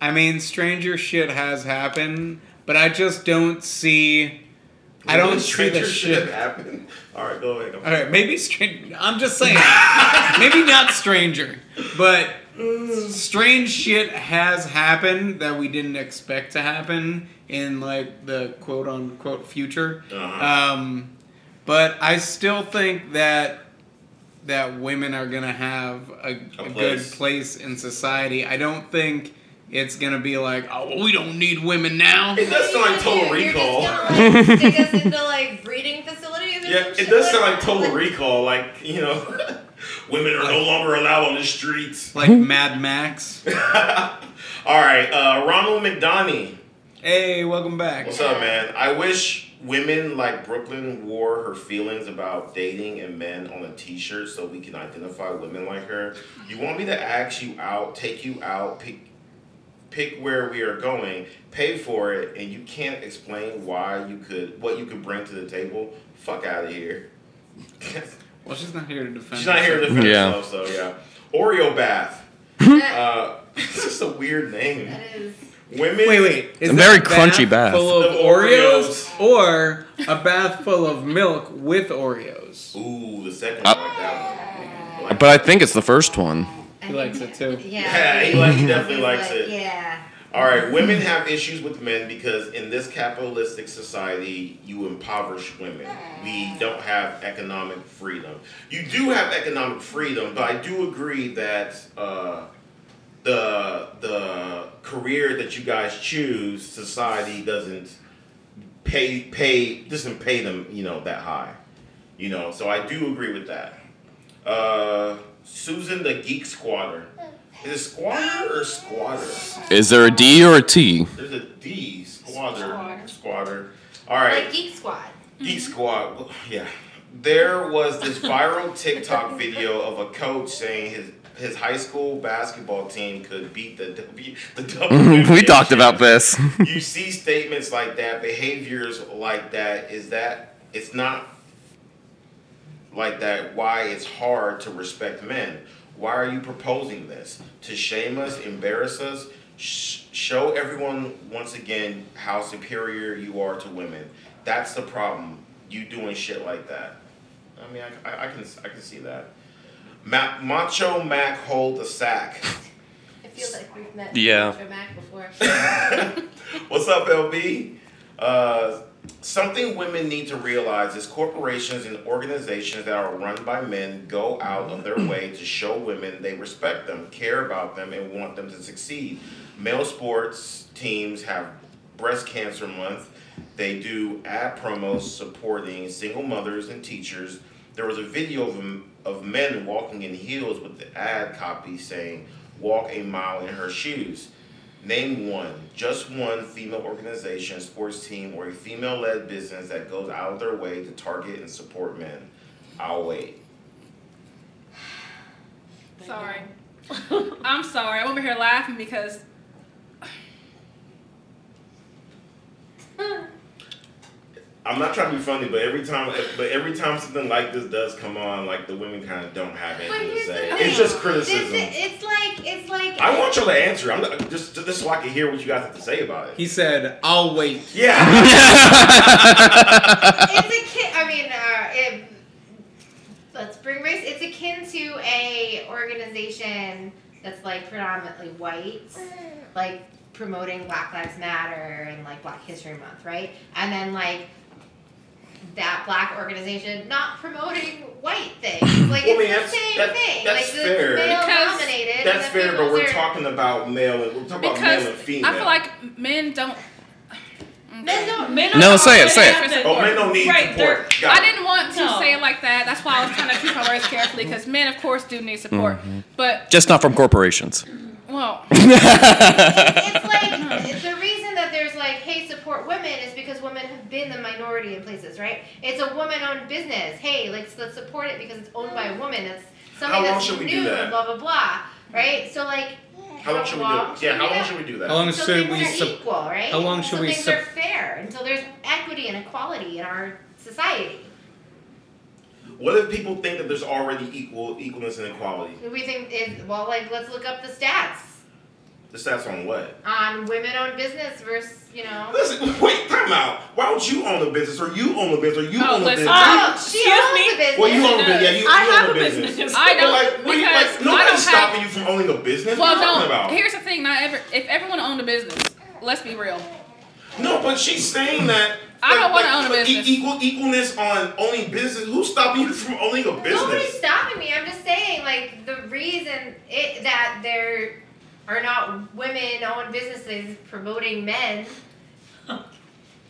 I mean stranger shit has happened, but I just don't see I don't see
Stranger
the
shit
shit.
happen. All right, go ahead. go ahead.
All right, maybe stranger. I'm just saying, maybe not stranger, but
Mm.
strange shit has happened that we didn't expect to happen in like the quote unquote future.
Uh-huh.
Um, but I still think that that women are gonna have a, a good
place.
place in society. I don't think it's gonna be like, oh, well, we don't need women now.
It does sound like Total Recall.
You're just gonna like stick us into like breeding facilities. or
Yeah,
some
it
shit
does sound like
that?
Total Recall. Like you know, women are no longer allowed on the streets.
Like
Hmm?
Mad Max.
All right, uh, Ronald McDonnie.
hey, welcome back.
What's up, man? I wish women like Brooklyn wore her feelings about dating and men on a T-shirt so we can identify women like her. You want me to ask you out, take you out, pick, pick where we are going, pay for it, and you can't explain why you could, what you could bring to the table? Fuck out of here.
Well, she's not here to defend.
She's not here to
herself.
defend
Yeah.
herself, so yeah. Oreo bath. uh, it's just a weird name.
That is.
Women.
Wait, wait. Is
A
that
very
a
crunchy bath.
full of
Of
Oreos, or a bath full of milk with Oreos.
Ooh, the second one. I like that one. Like
but I think it's the first one.
I
He
think-
likes it too.
Yeah, he, like, he definitely likes it.
Yeah.
All right, women have issues with men because in this capitalistic society, you impoverish women. We don't have economic freedom. You do have economic freedom, but I do agree that uh, the the career that you guys choose, society doesn't pay pay doesn't pay them you know that high. You know, so I do agree with that. Uh, Susan the Geek Squatter. Is it squatter or squatter?
Is there a D or a T?
There's a D squatter.
Squatter.
Squatter. All right, E
Like Geek Squad.
Geek Squad. Well, Yeah, there was this viral TikTok video of a coach saying his his high school basketball team could beat the W. The
Mhm, we
WNBA
talked about this.
you see statements like that, behaviors like that, is that it's not like that why it's hard to respect men. Why are you proposing this? To shame us, embarrass us, sh- show everyone once again how superior you are to women. That's the problem. You doing shit like that. I mean, I, I, I can I can see that. Ma- Macho Mac hold the sack.
I feel like we've met
Yeah.
Mr. Mac before.
What's up, LB? Uh, something women need to realize is corporations and organizations that are run by men go out of their way to show women they respect them, care about them, and want them to succeed. Male sports teams have Breast Cancer Month. They do ad promos supporting single mothers and teachers. There was a video of, of men walking in heels with the ad copy saying, Walk a mile in her shoes. Name one, just one female organization, sports team, or a female led business that goes out of their way to target and support men. I'll wait.
Sorry. I'm sorry. I'm over here laughing because.
I'm not trying to be funny, but every time, but every time something like this does come on, like the women kind of don't have
But
anything to
here's the
say.
thing.
It's just
This is-
criticism.
it's like it's like
I want y'all to answer. I'm not, just just so I can hear what you guys have to say about it.
He said, "I'll wait."
Yeah.
it's akin. I mean, uh, it, let's bring race. It's akin to a organization that's like predominantly white, like promoting Black Lives Matter and like Black History Month, right? And then like that black organization not promoting white things. Like
Well, I mean,
it's
that's-
the same
that-
thing.
that's
like
fair.
it's male
Because-
dominated. and
That's
the
fair, but
females
we're
are-
talking about male and we're talking about
Because
male and female.
I feel like men don't.
Men don't.
Men
No,
are
say it, say it.
already
oh, men don't need
Right,
support. Got
I
it.
didn't want to
No.
say it like that. That's why I was trying to choose my words carefully because men, of course, do need support. But,
Just not from corporations.
well,
it's like the reason that there's like, hey, support women is because women have been the minority in places, right? It's a woman-owned business. Hey, let's let's support it because it's owned by a woman. That's something
How long
that's
should we do
new.
that?
Blah blah blah. Right? So like,
How long should we do it? Yeah, how long should we do that?
How long
So
should
things
we?
are
Su-
equal, right?
how long should
so
we
things
sup-
are fair until there's equity and equality in our society.
What if people think that there's already equal equalness and equality?
We think is well, like let's look up the stats
The stats on what?
on women-owned business versus you know.
Listen, wait, time out. Why don't you own a business or you own a business or you
Oh,
own a
listen.
business?
Oh,
Excuse
she owns
me?
a business.
well, you own a business. Yeah, you,
I
you
have
own
a
a business.
business.
I
But
don't
like, what do you,
because
like,
I don't
nobody's
have.
stopping you from owning a business. what
well,
are you
no.
talking about?
Here's the thing. Not ever. If everyone owned a business, let's be real.
No, but she's saying that.
I don't
like-
wanna
like,
own a
like,
business.
E- equal equalness on owning business. Who's stopping you from owning a business?
Nobody's stopping me. I'm just saying, like, the reason it, that there are not women owned businesses promoting men,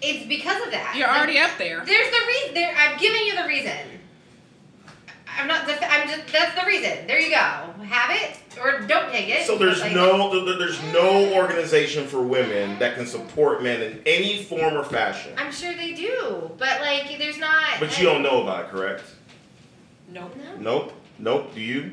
it's because of that.
You're
Like,
already up there.
There's the reason. There, I'm giving you the reason. I'm not. Def- I'm just. That's the reason. There you go. Have it or don't take it.
So there's
Like,
no there- there- there's no organization for women that can support men in any form or fashion.
I'm sure they do, but like, there's not.
But you don't know about it, correct?
Nope.
No.
Nope. Nope. Do you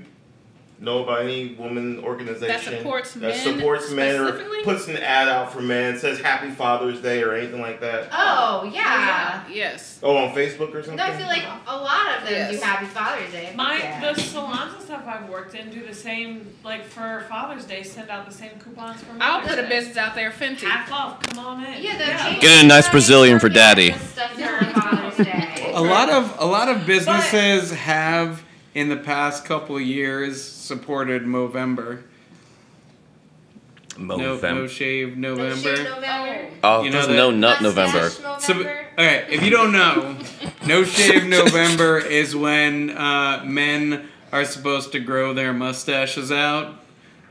know about any woman organization
supports
that
men
supports men or
specifically?
puts an ad out for men, says Happy Father's Day or anything like that?
Oh yeah.
Yeah. Yes.
Oh, on Facebook or something.
No, I feel like a lot of them
Yes.
do Happy Father's eh? Day.
My
Yeah.
the salons and stuff I've worked in do the same. Like for Father's Day, send out the same coupons for.
I'll
Mother's
put a
Day.
business out there, Fenty.
Half off. Come on in.
Yeah, the
Get a nice
Japanese
Brazilian for
stuff that
daddy.
was stuffed on Father's Day.
a lot of a lot of businesses have in the past couple of years supported Movember. No, no shave November.
November.
Oh,
You know
there's
that-
no nut November.
Mustache
So,
November.
okay, if you don't know, No Shave November is when uh, men are supposed to grow their mustaches out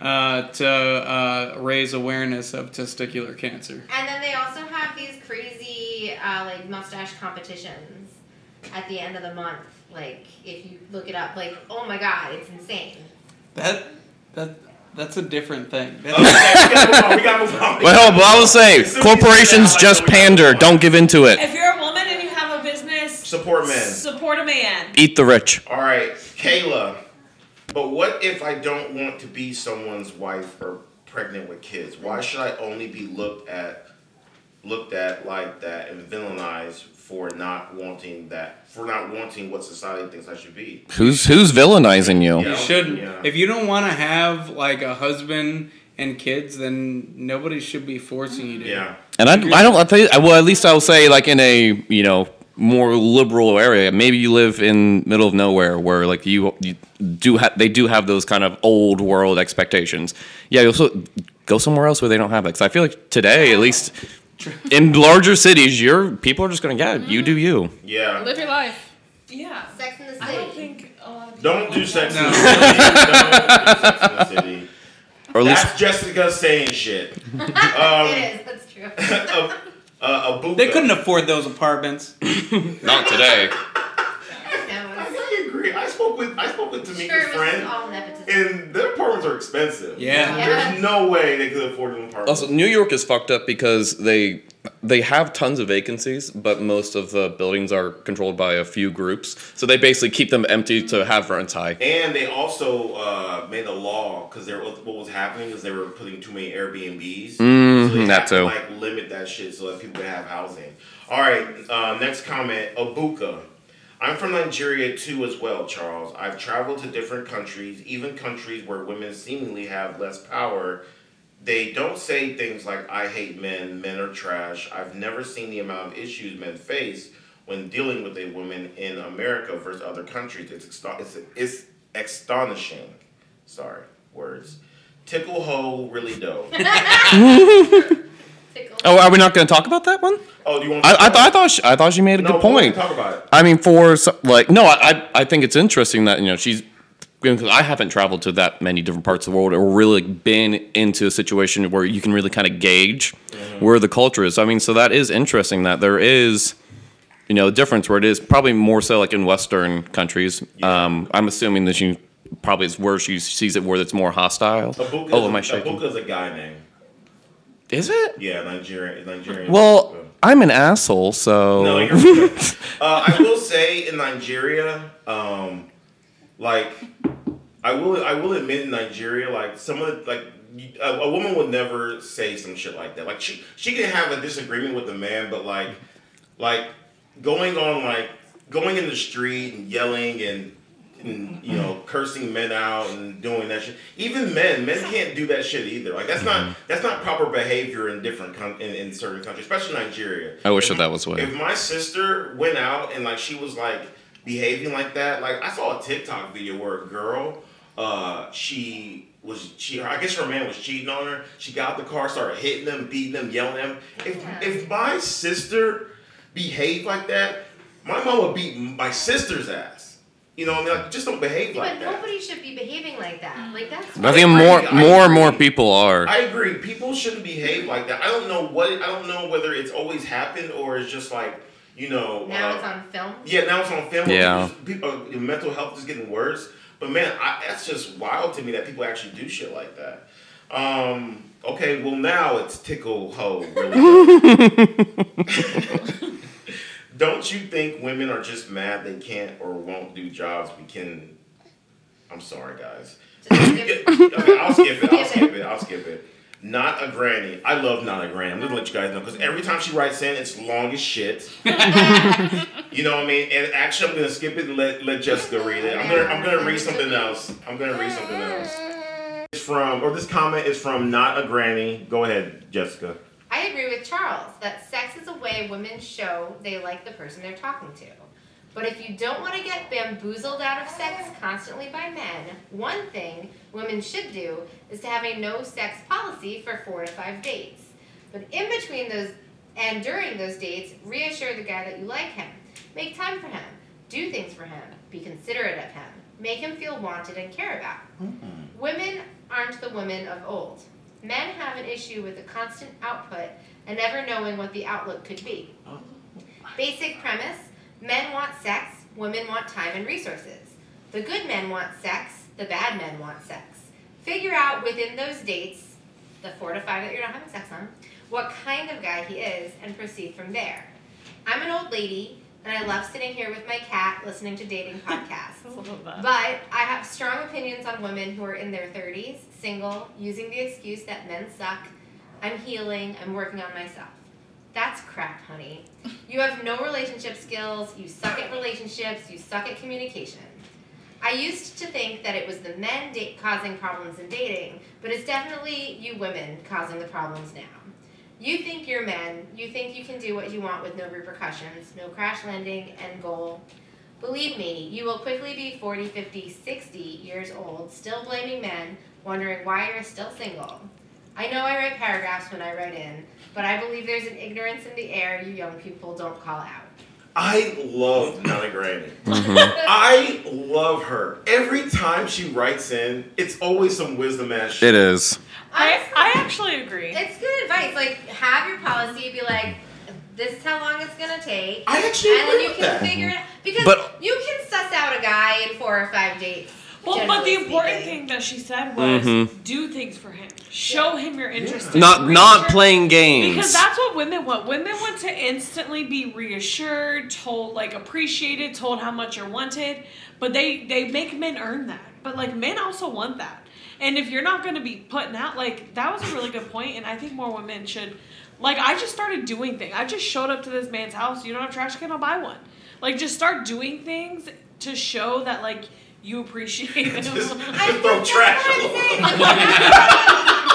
uh, to uh, raise awareness of testicular cancer.
and then they also have these crazy uh, like mustache competitions at the end of the month. Like if you look it up, like oh my god, it's insane.
That that that's a different thing.
Okay,
That's,
we gotta move on, we gotta move on.
Well, but I will say,
As soon as you said
corporations
that, I
just
know we gotta
pander.
move on.
Don't give in to it.
If you're a woman and you have a business,
support men.
support a man.
Eat the rich.
All right, Kayla. But what if I don't want to be someone's wife or pregnant with kids? Why should I only be looked at looked at like that and villainized for not wanting that for not wanting what society thinks I should be?
Who's who's villainizing you?
Yeah.
You shouldn't.
Yeah.
If you don't want to have like a husband and kids, then nobody should be forcing you to.
Yeah.
And I, I don't, I tell you, I- well, at least I'll say, like, in a, you know, more liberal area, maybe you live in middle of nowhere where, like, you, you do have, they do have those kind of old world expectations. Yeah, you'll so, go somewhere else where they don't have that. Cause I feel like today, at least in larger cities, you're, people are just going to, yeah, you do you.
Yeah.
Live your life.
Yeah.
Sex in the City.
I don't think a lot of people
Don't do
like
sex
that.
in the city. Don't do sex in the city.
Or at least,
That's Jessica saying shit.
it is. That's true.
a, a, a buka.
They couldn't afford those apartments.
not today.
I know.
I agree. I spoke with I spoke with
It's
Tamika's
sure, it was
friend,
all nepotism.
and their apartments are expensive.
Yeah.
There's no way they could afford an apartment.
Also, New York is fucked up because they they have tons of vacancies, but most of the buildings are controlled by a few groups. So they basically keep them empty to have rents high.
and they also uh, made a law because they were, what was happening is they were putting too many Airbnbs. so they
Mhm,
had
that
to
too.
like limit that shit so that people could have housing. All right, uh, next comment, Abuka. I'm from Nigeria too, as well, Charles. I've traveled to different countries, even countries where women seemingly have less power. They don't say things like, I hate men, men are trash. I've never seen the amount of issues men face when dealing with a woman in America versus other countries. It's, exto- it's, it's astonishing. Sorry, words. Tickle hole, really dough.
Tickle.
Oh, are we not going to talk about that one?
Oh, do you want
I, I, th- I thought she, I thought she made a
No,
good
we'll
point.
Talk about it.
I mean, for so- like, no, I I- I think it's interesting that you know she's. Because I haven't traveled to that many different parts of the world, or really been into a situation where you can really kind of gauge
Mm-hmm.
where the culture is. I mean, so that is interesting that there is, you know, a difference where it is probably more so like in Western countries. Um, I'm assuming that she probably is where she sees it, where it's more hostile.
Abuka
oh, am I
is, a-
shaking?
Abuka's a guy name.
Is it?
Yeah, Nigerian. Nigerian.
Well, I'm an asshole, so.
No, you're good. uh, I will say in Nigeria, um, like I will, I will admit in Nigeria, like some of the, like you- a, a woman would never say some shit like that. Like she, she can have a disagreement with a man, but like, like going on like going in the street and yelling and. And, you know, cursing men out and doing that shit. Even men, men can't do that shit either. Like that's not that's not proper behavior in different con- in, in certain countries, especially Nigeria.
I wish
If-
that that was what-
If my sister went out and like she was like behaving like that, like I saw a TikTok video where a girl, uh, she was she I guess her man was cheating on her. She got out the car, started hitting them, beating them, yelling at them. If if my sister behaved like that, my mom would beat my sister's ass. You know, what I mean, like just don't behave like
But
that.
nobody should be behaving like that. Like that's.
I think more, more and more people are.
I agree. People shouldn't behave like that. I don't know what I don't know whether it's always happened or it's just like you know.
Now
uh,
it's on film.
Yeah, now it's on film.
Yeah.
People, uh, mental health is getting worse. But man, I, that's just wild to me that people actually do shit like that. Um, okay, well now it's tickle ho. Really Don't you think women are just mad they can't or won't do jobs we can? I'm sorry, guys.
Just
Okay,
give-
I'll skip it. I'll
Skip it.
skip it. I'll skip it. Not a granny. I love not a granny. I'm gonna let you guys know because every time she writes in, it's long as shit. you know what I mean? And actually, I'm gonna skip it and let, let Jessica read it. I'm gonna I'm gonna read something else. I'm gonna read something else. It's from or this comment is from not a granny. Go ahead, Jessica.
I agree with Charles that sex is a way women show they like the person they're talking to. But if you don't want to get bamboozled out of sex constantly by men, one thing women should do is to have a no sex policy for four to five dates. But in between those and during those dates, reassure the guy that you like him. Make time for him. Do things for him. Be considerate of him. Make him feel wanted and cared about. Women aren't the women of old. Men have an issue with the constant output and never knowing what the outlook could be. Basic premise men want sex, women want time and resources. The good men want sex, the bad men want sex. Figure out within those dates, the four to five that you're not having sex on, what kind of guy he is and proceed from there. I'm an old lady, and I love sitting here with my cat listening to dating podcasts. But I have strong opinions on women who are in their 30s, single, using the excuse that men suck. I'm healing, I'm working on myself. That's crap, honey. You have no relationship skills, you suck at relationships, you suck at communication. I used to think that it was the men da- causing problems in dating, but it's definitely you women causing the problems now. You think you're men, you think you can do what you want with no repercussions, no crash landing, end goal. Believe me, you will quickly be 40, 50, 60 years old, still blaming men, wondering why you're still single. I know I write paragraphs when I write in, but I believe there's an ignorance in the air you young people don't call out.
I love Nana Granny.
Mhm.
I love her. Every time she writes in, it's always some wisdom ass shit.
It is.
I, I actually agree.
It's good advice. Like, have your policy be like, this is how long it's gonna take.
I actually
and then
agree
you
with
can
that.
figure it out because
But-
you can suss out a guy in four or five dates.
Well, but the
generally
important
speaking.
thing that she said was
Mhm.
do things for him. Show him you're interested.
Not not
Reassure-
playing games.
Because that's what women want. Women want to instantly be reassured, told like appreciated, told how much you're wanted. But they they make men earn that. But like men also want that. And if you're not going to be putting out like that was a really good point, and I think more women should. Like I just started doing things. I just showed up to this man's house. You don't have trash can? I'll buy one. Like just start doing things to show that like you appreciate them.
Just,
I
just
think
throw
that's
trash
what
all
I'm
over.
saying.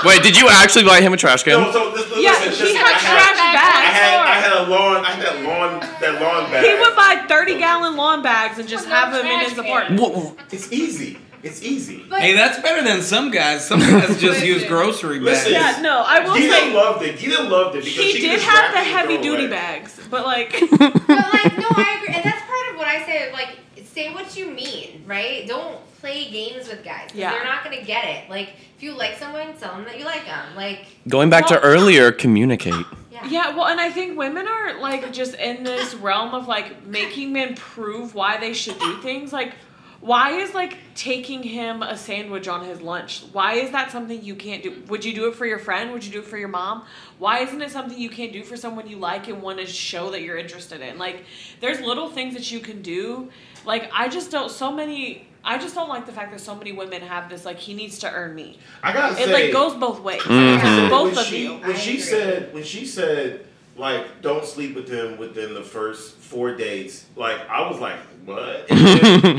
Wait, did you actually buy him a trash can?
No, so this,
yeah,
listen, just,
he
I
got
had-
trash
I
bags.
had I had a lawn I had that lawn that lawn bag.
He would buy 30 gallon lawn bags and just have them in his
Trash
apartment.
Wha-
it's easy. It's easy.
But
Hey, that's better than some guys. Some guys just use grocery bags.
Listen.
Yeah, no, I will
Gita
say
loved it. Gita loved it because
he
she could
did have the
scrap it and
heavy
throw it
duty
away.
bags, but like,
but like no i agree and that's part of what i say like say what you mean right don't play games with guys 'cause
Yeah.
they're not gonna get it like if you like someone tell them that you like them like
Going back to earlier, communicate.
yeah,
yeah, well, and I think women are like just in this realm of like making men prove why they should do things. Like, why is like taking him a sandwich on his lunch? Why is that something you can't do? Would you do it for your friend? Would you do it for your mom? Why isn't it something you can't do for someone you like and want to show that you're interested in? Like, there's little things that you can do. Like, I just don't, so many. I just don't like the fact that so many women have this like he needs to earn me.
I gotta say
It like goes both ways.
Mhm.
Both
when
of
she,
you.
When
I
she
agree.
said, when she said, like, don't sleep with him within the first four dates, like, I was like, what? And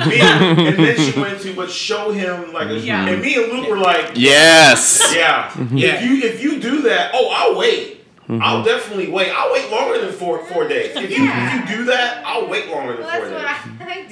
then, me, and then she went to, but show him, like, a-
Yeah.
and me and Luke were like,
Yes.
yeah, if you if you do that, oh, I'll wait. I'll definitely wait. I'll wait longer than four four days. If, you,
Yeah.
if you do that, I'll wait longer than
well
four
that's
days.
what i, I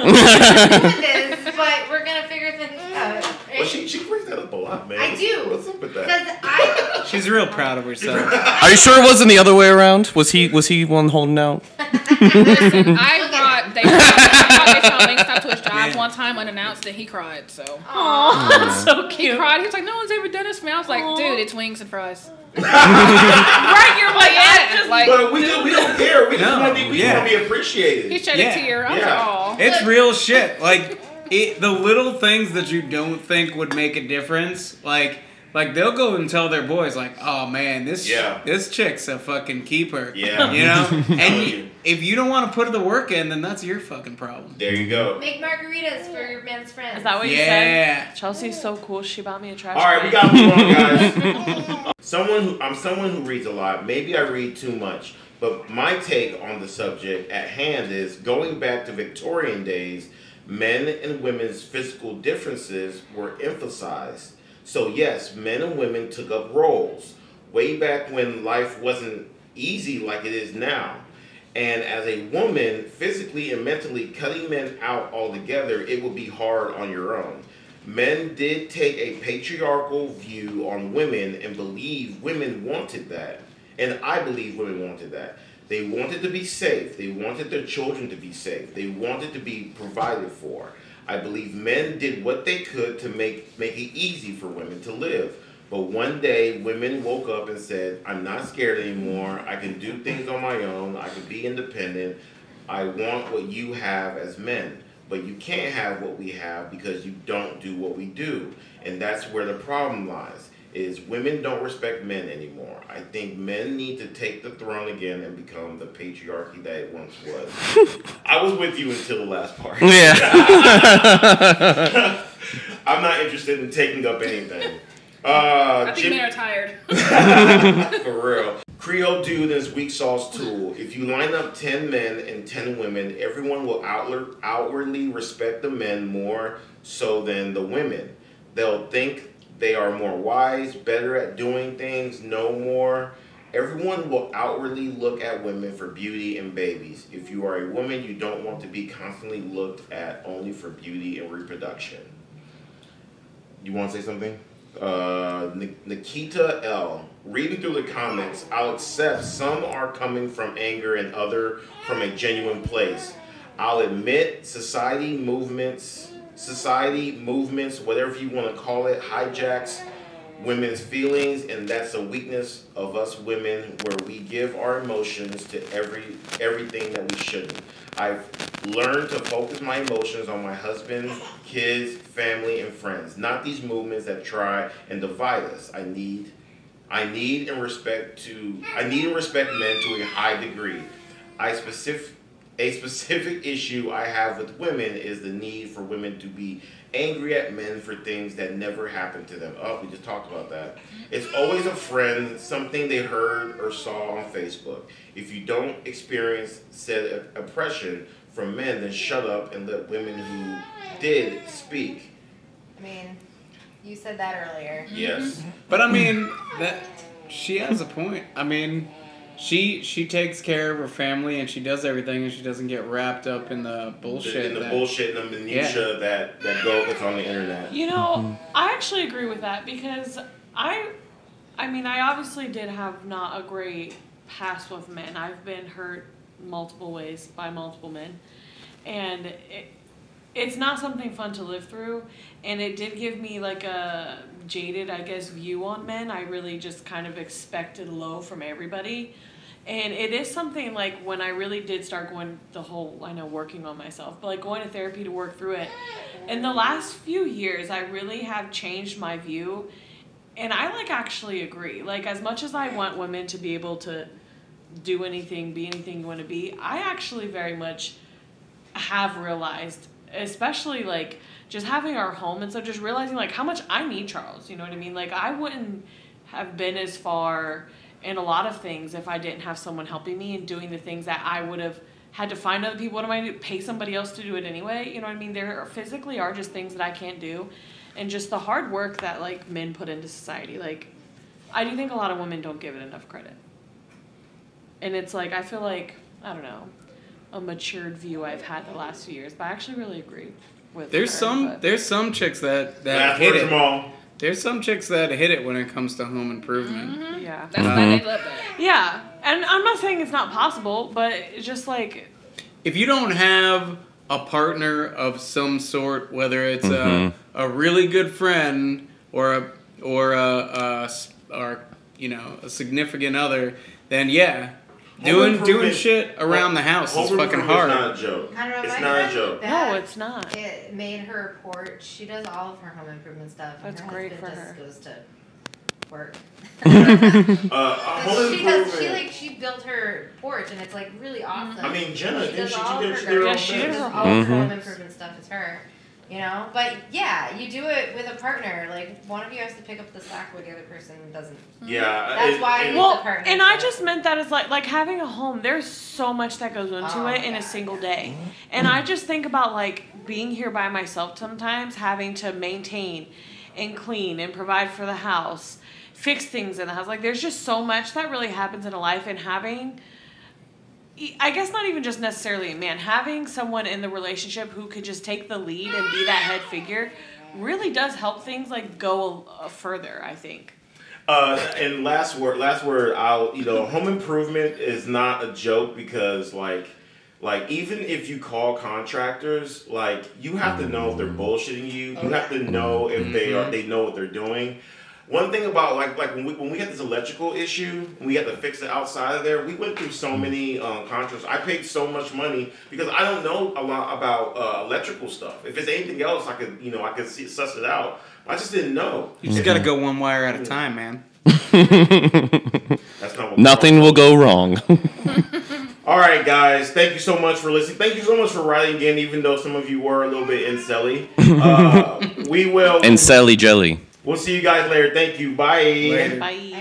did I did this, but we're gonna figure things
Mm.
out
But she she brings that up a lot, man.
I do.
What's up with that?
because i
She's real proud of herself.
Are you sure it wasn't the other way around? Was he was he one holding out?
I brought Dave I brought Dave Links out to his job one time unannounced, and he cried. So
Aw.
Aw, so
he
cute.
cried. He was like, "No one's ever done this for me." I was like,
Aw.
"Dude, it's wings and fries."
Right, you're like,
Yeah,
I just
like-
But we do, we don't care. We just
No,
want to be we
yeah.
want to be appreciated.
He shed
Yeah.
a tear. I was
Yeah.
like, "Aw."
It's real shit. Like it, the little things that you don't think would make a difference, like like they'll go and tell their boys, like, "Oh man, this
Yeah.
this chick's a fucking keeper."
Yeah.
you know.
Tell
and you,
you.
if you don't want to put the work in, then that's your fucking problem.
There you go.
make margaritas for your man's friends
Is that what you
Yeah.
said? Chelsea's so cool. She bought me a trash.
All right, we
can.
got to move on, guys. someone who I'm someone who reads a lot. Maybe I read too much, but my take on the subject at hand is going back to Victorian days. Men and women's physical differences were emphasized. So yes, men and women took up roles way back when life wasn't easy like it is now. And as a woman, physically and mentally cutting men out altogether, it would be hard on your own. Men did take a patriarchal view on women and believe women wanted that. And I believe women wanted that. They wanted to be safe. They wanted their children to be safe. They wanted to be provided for. I believe men did what they could to make, make it easy for women to live. But one day, women woke up and said, I'm not scared anymore. I can do things on my own. I can be independent. I want what you have as men. But you can't have what we have because you don't do what we do. And that's where the problem lies. is women don't respect men anymore. I think men need to take the throne again and become the patriarchy that it once was. I was with you until the last part.
Yeah.
I'm not interested in taking up anything.
I
Uh,
think
Jim-
men are tired.
for real. Creole Dude and his weak sauce tool. If you line up 10 men and 10 women, everyone will outler, outwardly respect the men more so than the women. They'll think they are more wise, better at doing things, know more. Everyone will outwardly look at women for beauty and babies. If you are a woman, you don't want to be constantly looked at only for beauty and reproduction. You want to say something? Uh, Ni- Nikita L. Reading through the comments, I'll accept some are coming from anger and other from a genuine place. I'll admit society movements, society movements, whatever you want to call it, hijacks women's feelings, and that's a weakness of us women where we give our emotions to every everything that we shouldn't. I've learned to focus my emotions on my husband, kids, family, and friends, not these movements that try and divide us. I need I need and respect to I need and respect men to a high degree. I specific a specific issue I have with women is the need for women to be angry at men for things that never happened to them. Oh, we just talked about that. It's always a friend, something they heard or saw on Facebook. If you don't experience said op- oppression from men, then shut up and let women who did speak.
I mean, you said that earlier.
Yes.
But I mean, that she has a point. I mean, she she takes care of her family and she does everything and she doesn't get wrapped up in the bullshit.
in the
that-
bullshit and the minutia that that go that's on the internet.
You know,
Mm-hmm.
I actually agree with that because I, I mean, I obviously did have not a great past with men. I've been hurt multiple ways by multiple men, and it, it's not something fun to live through. And it did give me like a jaded, I guess, view on men. I really just kind of expected low from everybody. And it is something like when I really did start going the whole I know working on myself, but like going to therapy to work through it. In the last few years, I really have changed my view, and I like actually agree. Like as much as I want women to be able to do anything, be anything you want to be, I actually very much have realized, especially like just having our home and so just realizing like how much I need Charles, you know what I mean? Like I wouldn't have been as far in a lot of things if I didn't have someone helping me and doing the things that I would have had to find other people. What am I do? Pay somebody else to do it anyway? You know what I mean? There are, physically are just things that I can't do. And just the hard work that like men put into society. Like I do think a lot of women don't give it enough credit. And it's like I feel like, I don't know, a matured view I've had the last few years. But I actually really agree with
There's
her,
some
but-
there's some chicks that that
Last
hit
word,
it.
Jamal.
There's some chicks that hit it when it comes to home improvement.
Yeah.
That's why they love that.
Yeah. And I'm not saying it's not possible, but it's just like
If you don't have a partner of some sort, whether it's
Mhm.
a, a really good friend or a or a, a s- or you know a significant other, then yeah, doing doing
improvement-
shit around the house is
Home
fucking
improvement
hard.
Not a joke.
I don't know.
It's
my
not a
friend
joke.
Beth,
no, it's not.
It made her porch. She does all of her home improvement stuff. and
That's
her
great
husband
for
just
her.
goes to work. she
Uh, a home
does. She
improvement-
like she built her porch, and it's like really
Mm-hmm.
awesome.
I mean, Jenna,
she
didn't
does
she
all
do
of
that?
her
She did her own thing.
Yeah, she did
gardening. does
her
all of her
own
home improvement stuff. It's her. You know, but yeah, you do it with a partner. Like one of you has to pick up the slack when the other person doesn't.
Yeah,
That's why I
it-
need
Well,
the partner
and I
for it.
just meant that as like like having a home. There's so much that goes into
Oh,
it in
yeah.
a single day, and I just think about like being here by myself sometimes, having to maintain, and clean and provide for the house, fix things in the house. Like there's just so much that really happens in a life, and having. e, I guess not even just necessarily a man. Having someone in the relationship who could just take the lead and be that head figure really does help things like go a, a further. I think.
Uh, and last word, last word. I'll you know, home improvement is not a joke because like, like even if you call contractors, like you have to know if they're bullshitting you. You have to know if they are they know what they're doing. One thing about like like when we when we had this electrical issue and we had to fix it outside of there, we went through so many um, contracts. I paid so much money because I don't know a lot about uh, electrical stuff. If it's anything else, I could you know I could see, suss it out. I just didn't know.
You just got to go one wire at a time, man.
That's not what
Nothing will go wrong.
All right, guys. Thank you so much for listening. Thank you so much for writing in, even though some of you were a little bit incelly. Uh, we will.
and Sally Jelly.
We'll see you guys later. Thank you. Bye.
Bye.